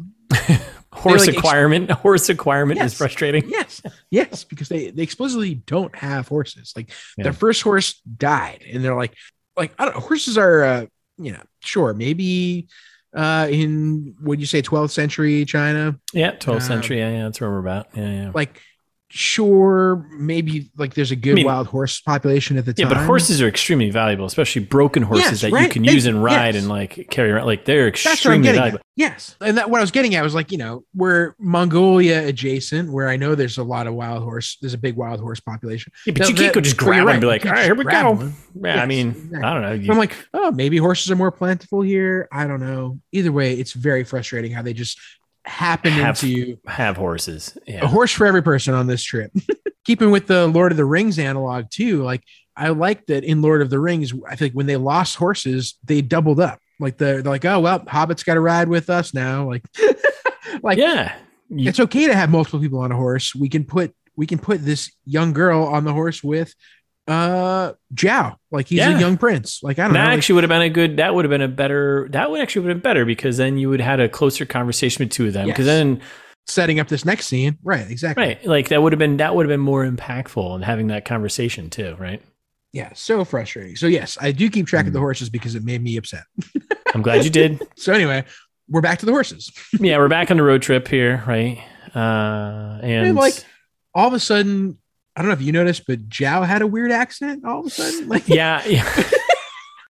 horse
They're like ex-
acquirement (laughs) horse acquirement is
Yes.
frustrating
yes yes because they they explicitly don't have horses like
Yeah.
their first horse died and they're like like i don't know horses are uh you know sure maybe uh in would you say 12th century china
yeah 12th
Um,
century yeah, yeah that's what we're about yeah yeah
like sure maybe like there's a good
I mean-
wild horse population at the
yeah
time
but horses are extremely valuable especially broken horses
Yes,
that you
right.
can
They-
use and ride
yes.
and like carry around like they're
that's what I'm
extremely
getting.
valuable
At. Yes, and that what I was getting at was like you know we're Mongolia adjacent, where I know there's a lot of wild horse. There's a big wild horse population.
yeah, but
No,
you
that-
can't go just
well,
grab
you're
one and be
right.
like
You
all
can't
right here
just
we
grab one.
go yeah i
Yes,
mean
exactly.
i don't know
And
you,
I'm like, oh, maybe horses are more plentiful here. I don't know. Either way, it's very frustrating how they just happen
Have-
into
have horses yeah
a horse for every person on this trip. (laughs) Keeping with the Lord of the Rings analog too, like I like that in Lord of the Rings. I think when they lost horses, they doubled up. Like they're, they're like, oh well, hobbits got to ride with us now. Like, like
yeah You-
it's okay to have multiple people on a horse. We can put we can put this young girl on the horse with uh Zhao. Like he's
Yeah.
a young prince. Like I don't
that
know. like-
actually would have been a good that would have been a better that would actually would have been better because then you would have had a closer conversation with two of them because
Yes.
then
setting up this next scene. Right, exactly.
Right. Like that would have been that would have been more impactful and having that conversation too, right?
Yeah, so frustrating. So yes, I do keep track of the
Mm.
horses because it made me upset.
I'm glad
(laughs)
you did.
So anyway, we're back to the horses.
yeah, we're back on the road trip here, right? Uh and
And, like- All of a sudden, I don't know if you noticed, but Zhao had a weird accent all of a
(laughs)
sudden. Like
yeah, yeah.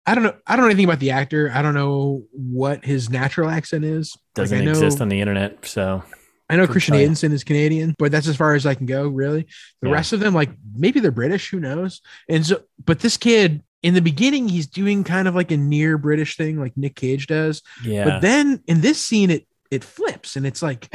I don't know. I don't know anything about the actor. I don't know what his natural accent is.
Doesn't
like, I know,
exist on the internet, so
I know
couldn't
Christian
tell you.
Aidenson is Canadian, but that's as far as I can go, really. The
Yeah.
rest of them, like maybe they're British, who knows? And so, but this kid in the beginning, he's doing kind of like a near British thing, like Nick Cage does.
yeah.
But then in this scene, it it flips and it's
(laughs)
like,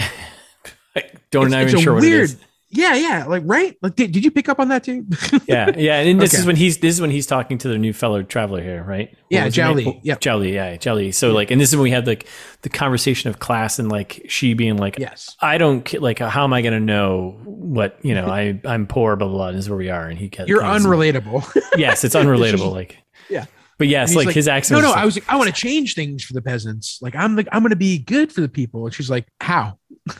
I don't
it's-
not
it's
even
a
sure what it
weird-
is.
yeah, yeah, like right. Like, did, did you pick up on that too? (laughs)
Yeah, yeah. And this
Okay.
is when he's this is when he's talking to their new fellow traveler here, right? What
Yeah,
was her name?
Jowly,
Oh,
yep.
Jowly, yeah, Jowly. So like and this is when we had like the conversation of class and like she being like,
yes.
I don't ca- like. How am I going to know what you know? I I'm poor, blah blah. blah and this is where we are, and he gets
You're
comes-
unrelatable.
(laughs) Yes, it's unrelatable. like
(laughs) Yeah.
but
And
yes,
he's
like,
like,
his accent.
no, no.
just
I
like,
was like, I want to change things for the peasants. Like, I'm like, I'm gonna be good for the people. And she's like, how? (laughs)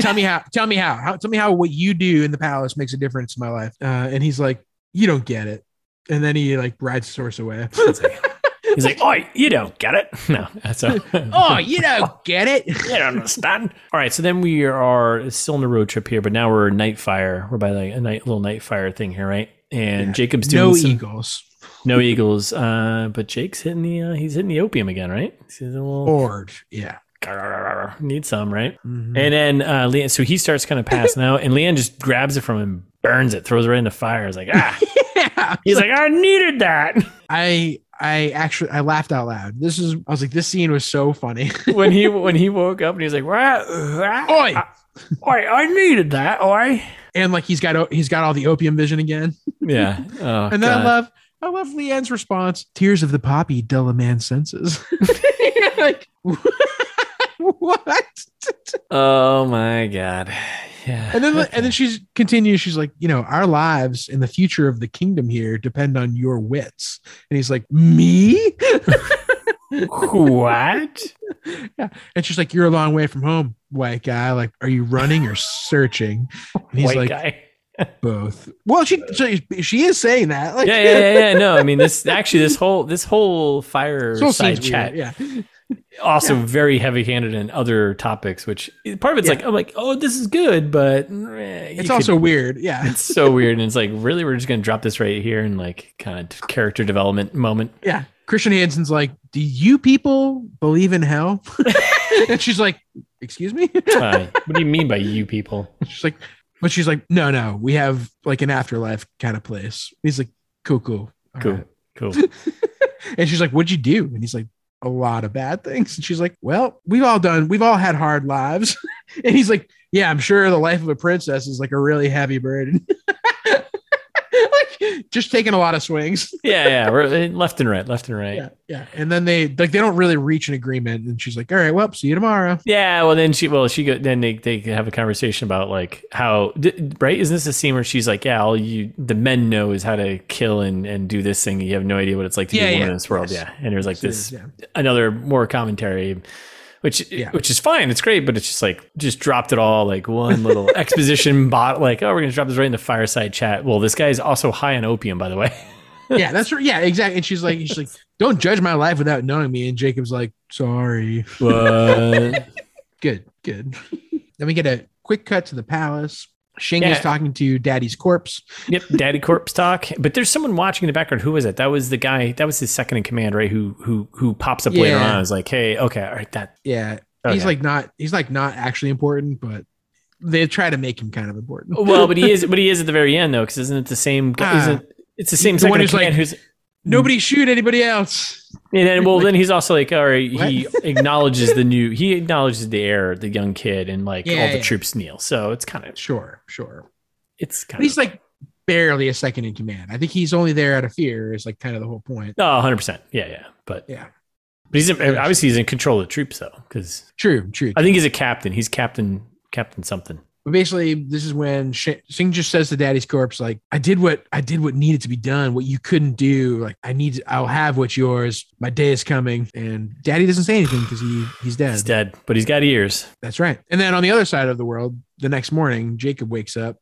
tell me how. Tell me how. how. Tell me how what you do in the palace makes a difference in my life. Uh, and he's like, you don't get it. And then he like rides the horse away. (laughs)
(laughs) he's like, oh, you don't get it. (laughs) No, so
(laughs) oh, you don't get it.
you don't understand. All right, so then we are still on the road trip here, but now we're night fire. We're by like a night little night fire thing here, right? and
Yeah,
Jacob's doing
no E-
some,
eagles.
no eagles. Uh, but Jake's hitting the uh, he's hitting the opium again, right? He's a little
Bored. Yeah. Oh.
need some, right?
Mhm.
And then uh, Leanne, so he starts kind of
(laughs)
passing out, and Leanne just grabs it from him, burns it, throws it right into fire. It's like ah,
yeah. (laughs)
he's like I needed that (laughs)
I I actually I laughed out loud. This is I was like, this scene was so funny.
when he when he woke up and he's like "Wah, wah,
Oi!
I, oi, I needed that oi
and like he's got o- he's got all the opium vision again.
yeah (laughs) oh,
and then I love I love Leanne's response. Tears of the poppy dull a man's senses. (laughs)
(laughs)
like what?
oh my god yeah
And then and then she's continues. She's like, you know, our lives and the future of the kingdom here depend on your wits. And he's like, me?
(laughs) what
yeah. And she's like, you're a long way from home, white guy. Like, are you running or searching? And he's like,
white guy
both. Well, she so she is saying that. Like, (laughs)
yeah, yeah, yeah, yeah. No, I mean this actually this whole this whole
this whole scene's
fireside chat
weird, Yeah.
also very heavy handed in other topics, which part of it's
Yeah.
like I'm like, oh, this is good, but it's
It's also weird. Yeah.
(laughs) it's so weird, and it's like really we're just gonna drop this right here and like kind of character development
(laughs)
moment.
Yeah. Christian Hansen's like, do you people believe in hell? and she's like, excuse me? (laughs)
Uh, what do you mean by you people?
She's like, but she's like, no, no, we have like an afterlife kind of place. He's like, cool, cool, all
Cool,
right."
cool.
And she's like, what'd you do? And he's like, a lot of bad things. And she's like, well, we've all done, we've all had hard lives. (laughs) and he's like, yeah, I'm sure the life of a princess is like a really heavy burden. (laughs) like, just taking a lot of swings.
Yeah, yeah. We're eh, left and right, left and right.
Yeah,
Yeah.
yeah. And then they like they don't really reach an agreement. And she's like, all right, well, see you tomorrow.
well, then she, well, she go. Then they, they have a conversation about like how, d- right? Isn't this a scene where she's like, "Yeah, all you the men know is how to kill and and do this thing. You have no idea what it's like to
Yeah,
be a woman
yeah,
in this world."
yes.
Yeah, and there's like
So,
this
yeah.
another more commentary which
Yeah.
which is fine it's great but it's just like just dropped it all like one little
(laughs)
exposition bot like oh we're gonna drop this right into fireside chat well this guy is also high on opium by the way
yeah, that's right. Yeah, exactly. And she's like, she's like, don't judge my life without knowing me. And Jacob's like, sorry. Good, good. then we get a quick cut to the palace. Shing is
Yeah.
talking to Daddy's corpse.
yep daddy corpse talk but there's someone watching in the background who was it that was the guy that was his second in command right who who who pops up later
Yeah.
on is like hey okay all right that
Yeah,
okay.
he's like not he's like not actually important, but they try to make him kind of important.
well but he is but he is at the very end though because isn't it the same guy
Ah.
isn't it's the same
The
second
one
in
who's like-
command who's
Nobody shoot anybody else.
And then, well, then he's also like, all right,
What? (laughs)
he acknowledges the new, he acknowledges the heir, the young kid, and like
Yeah,
all the
yeah.
troops kneel. So it's kind of,
Sure, sure.
it's kind
But he's
of,
like barely a second in command. I think he's only there out of fear. Is like kind of the whole point.
oh, 100%. Yeah, yeah. But,
Yeah.
But he's obviously he's in control of the troops though, because
True, true.
I think he's a captain. He's captain, captain something.
But basically, this is when Sh- Singh just says to Daddy's corpse, like, "I did what I did what needed to be done. What you couldn't do, like, I need. I'll have what's yours. My day is coming." And Daddy doesn't say anything because he he's dead.
He's dead, but he's got ears.
That's right. And then on the other side of the world, the next morning, Jacob wakes up.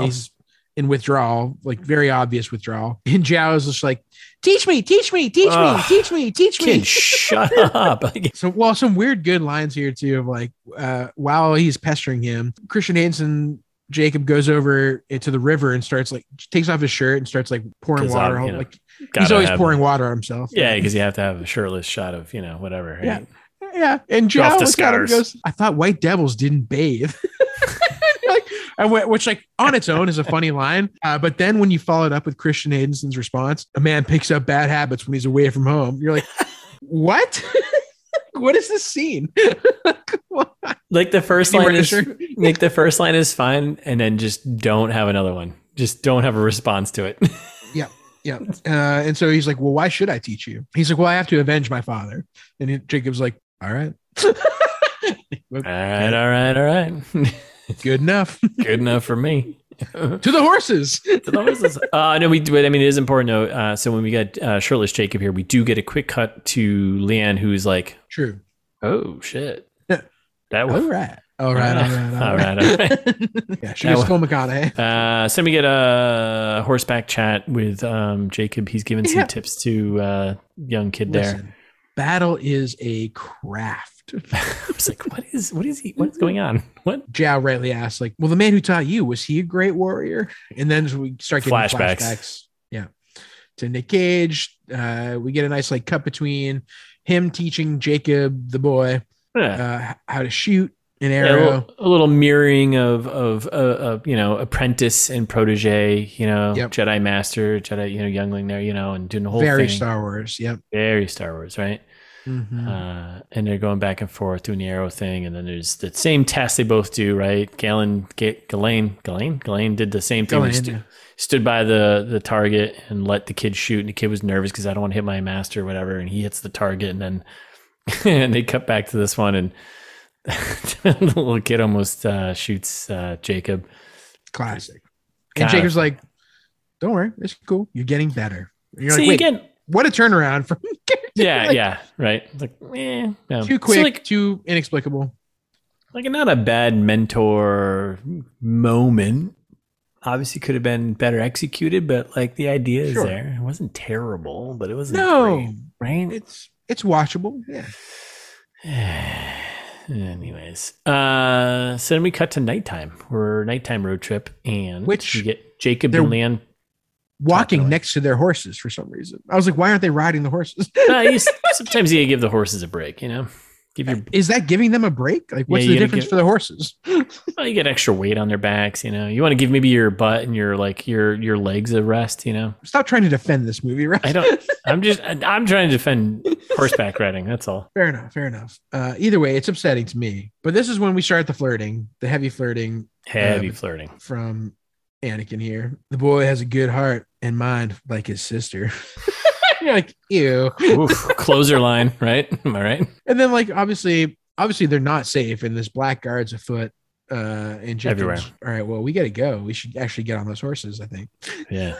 (laughs) Uh, he's in withdrawal, like very obvious withdrawal. And Zhao is just like, "Teach me, teach me, teach me,
Ugh.
teach me, teach me."
kid, (laughs) shut up. Like,
So, well, some weird good lines here too of like, uh, while he's pestering him, Christian Hansen, Jacob goes over to the river and starts like takes off his shirt and starts like pouring
'Cause, um,
water.
you
on-
know,
like he's
gotta
always
have-
pouring water on himself.
Yeah, because you have to have a shirtless shot of, you know, whatever. right?
Yeah. yeah. And
Get off
Joe
the
looks at him and
scours.
goes, "I thought white devils didn't bathe." (laughs) like, I went, which like on its own is a funny line, uh, but then when you follow it up with Christian Hansen's response, a man picks up bad habits when he's away from home. You're like, (laughs) what? (laughs) what is this scene?
Like the first
Any
line is,
register?
(laughs) Nick, the first line is fine, and then just don't have another one. Just don't have a response to it. (laughs)
Yeah. Uh, and so he's like, Well, why should I teach you? He's like, Well, I have to avenge my father. And he- Jacob's like, All right,
all right, all right, all right. (laughs)
good enough. (laughs)
Good enough for me.
to the horses. (laughs)
So that was- uh, no, we. But I mean, it is important though. Uh, so when we got uh, shirtless Jacob here, we do get a quick cut to Leanne, who's like,
True.
"Oh shit,
Yeah. Oh.
that
All
was
right. All right. All right. All right.
all right."
Yeah. She was Phil McConaughey.
Uh, so then we get a horseback chat with um, Jacob. He's giving some
Yeah.
tips to uh, young kid there. (laughs)
Listen, battle is a craft.
I was like, what is what is he? What's going on? What?
Jao rightly asks, like, well, the man who taught you, was he a great warrior? And then we start getting flashbacks.
Flashbacks.
Yeah. To Nick Cage. Uh, we get a nice like cut between him teaching Jacob, the boy,
Yeah.
uh, h- how to shoot an
Yeah, a,
arrow.
little, a little mirroring of of uh, uh, you know apprentice and protege. You know,
Yep.
Jedi master, Jedi you know youngling there. You know, and doing the whole
Very
thing.
Star Wars. Yep.
very Star Wars, right?
Mhm.
Uh, and they're going back and forth doing the arrow thing, and then there's the same test they both do, right? Galen, Ga- Galen, Galen, Galen did the same thing.
Galen,
He stu-
yeah.
Stood by the the target and let the kid shoot, and the kid was nervous because I don't want to hit my master or whatever, and he hits the target, and then (laughs) and they cut back to this one, and (laughs) the little kid almost uh, shoots uh, Jacob.
Classic. And
God.
Jacob's like, don't worry, it's cool. You're getting better. And you're
See
(laughs) like, wait,
again,
what a turnaround from (laughs)
yeah,
like-
yeah, right. It's Like, eh, no.
too
So,
quick,
like,
too inexplicable.
like not a bad mentor moment. Obviously, could have been better executed, but like the idea is
Sure.
there. It wasn't terrible, but it wasn't
No,
great,
it's it's watchable. Yeah.
right? (sighs) Anyways, uh, so then we cut to nighttime. We're nighttime road trip, and
Which-
we get Jacob
they're-
and Leon.
Walking
Definitely.
next to their horses for some reason. I was like, why aren't they riding the
(laughs)
horses?
Uh, you s- sometimes you gotta give the horses a break, you know. Give your
Is that giving them a break? Like, what's
Yeah,
the
you gotta
difference
give-
for the horses?
well, you get extra weight on their backs, you know. You want to give maybe your butt and your like your your legs a rest, you know.
Stop trying to defend this movie, right?
I don't. I'm just. I'm trying to defend horseback riding. That's all.
Fair enough. Fair enough. Uh, either way, it's upsetting to me. But this is when we start the flirting, the heavy flirting
Heavy
Um,
flirting.
from Anakin here. The boy has a good heart and mind like his sister. (laughs) You're like, ew.
Oof, closer line, right? (laughs) Am I right?
And then like obviously, obviously they're not safe, and this blackguard's afoot. Uh, and Jacob's,
Everywhere.
All right, well, we gotta go. We should actually get on those horses. I think.
Yeah.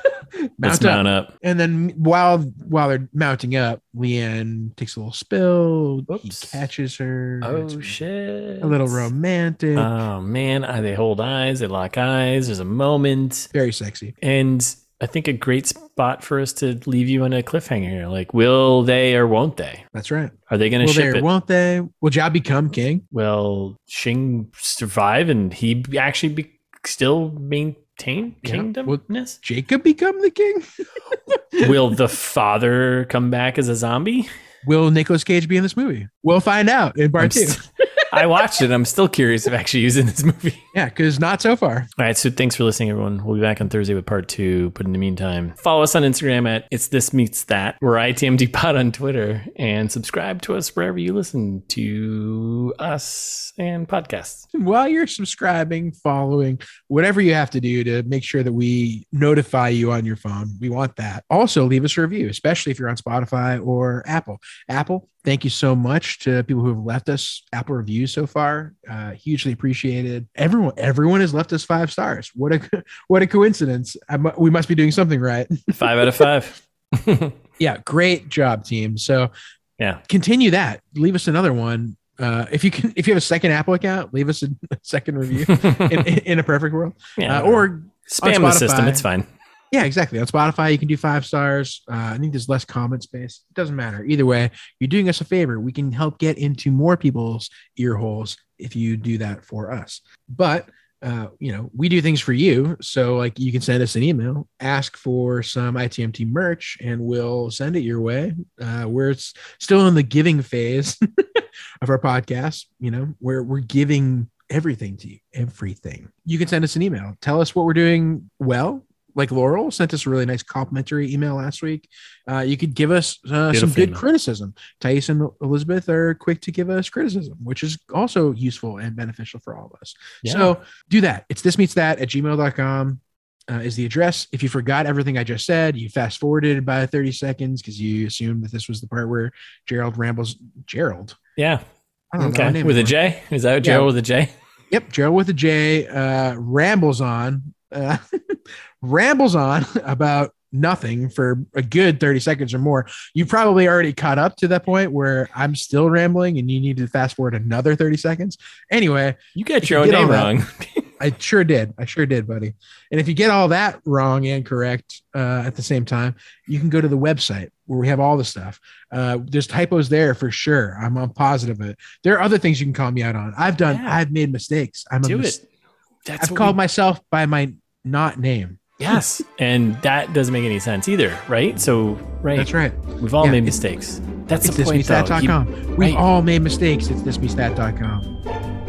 Let's
Mount up.
mount up.
And then while while they're mounting up, Leanne takes a little spill. He
Whoops.
catches her. It's
Oh shit.
A little romantic.
Oh man, I, they hold eyes. They lock eyes. There's a moment,
Very sexy.
and I think a great spot for us to leave you on a cliffhanger here. Like, will they or won't they?
That's right.
Are they going
Will
to ship
they?
it?
Won't they? Will Jao become king?
Will Shing survive, and he b- actually be, still maintain
Yeah. Well-
kingdomness?
Jacob become the king?
Will the (laughs) father come back as a zombie?
Will Nicolas Cage be in this movie? We'll find out in
I'm
part two.
st- I watched it. I'm still curious if actually using this movie.
Yeah, because not so far.
All right. So thanks for listening, everyone. We'll be back on Thursday with part two. But in the meantime, follow us on Instagram at It's This Meets That. We're ITMD Pod on Twitter and subscribe to us wherever you listen to us and podcasts.
(laughs) While you're subscribing, following, whatever you have to do to make sure that we notify you on your phone, we want that. Also, leave us a review, especially if you're on Spotify or Apple. Apple, thank you so much to people who have left us Apple reviews so far. Uh, hugely appreciated. Everyone, everyone has left us five stars. What a (laughs) what a coincidence! I mu- we must be doing something right.
Five out of five. (laughs)
yeah great job team so
Yeah.
continue that leave us another one uh if you can if you have a second apple account leave us a (laughs) second
(laughs)
review in, in, in a perfect world
yeah,
uh, or
spam
on
the system.
Spotify.
It's fine.
yeah exactly on spotify you can do five stars uh, i think there's less comment space it doesn't matter either way you're doing us a favor we can help get into more people's ear holes if you do that for us but uh, you know we do things for you so like you can send us an email ask for some itmt merch and we'll send it your way uh, we're s- still in the giving phase (laughs) of our podcast you know where we're giving everything to you everything you can send us an email tell us what we're doing well like laurel sent us a really nice complimentary email last week uh, you could give us uh, some
Beautiful
good
email.
criticism thais and elizabeth are quick to give us criticism which is also useful and beneficial for all of us
Yeah.
so do that. It's this meets that at gmail.com uh, is the address. If you forgot everything I just said, you fast forwarded by 30 seconds because you assumed that this was the part where Gerald rambles. Gerald.
yeah.
I don't know. my
Okay.
name
With a
anymore.
J? Is that
Yeah.
Joe with a J?
Yep. Gerald with a J uh, rambles on, uh, (laughs) rambles on about nothing for a good 30 seconds or more. You probably already caught up to that point where I'm still rambling and you need to fast forward another 30 seconds. Anyway,
You got your
You
own
get all
name
that.
wrong.
I sure did. I sure did, buddy. And if you get all that wrong and correct uh, at the same time, you can go to the website, where we have all the stuff. Uh, there's typos there for sure. I'm, I'm positive of it. There are other things you can call me out on. I've done.
Yeah.
I've made mistakes. I'm a
Do
mis-
it. That's
I've
what
called
we-
myself by my not name.
yes, and that doesn't make any sense either, right? So right,
That's right.
we've all
Yeah,
made
it's-
mistakes. That's
It's
the point, though. You-
thismeetstat.com. We've
right.
all made mistakes. It's thismeetstat.com.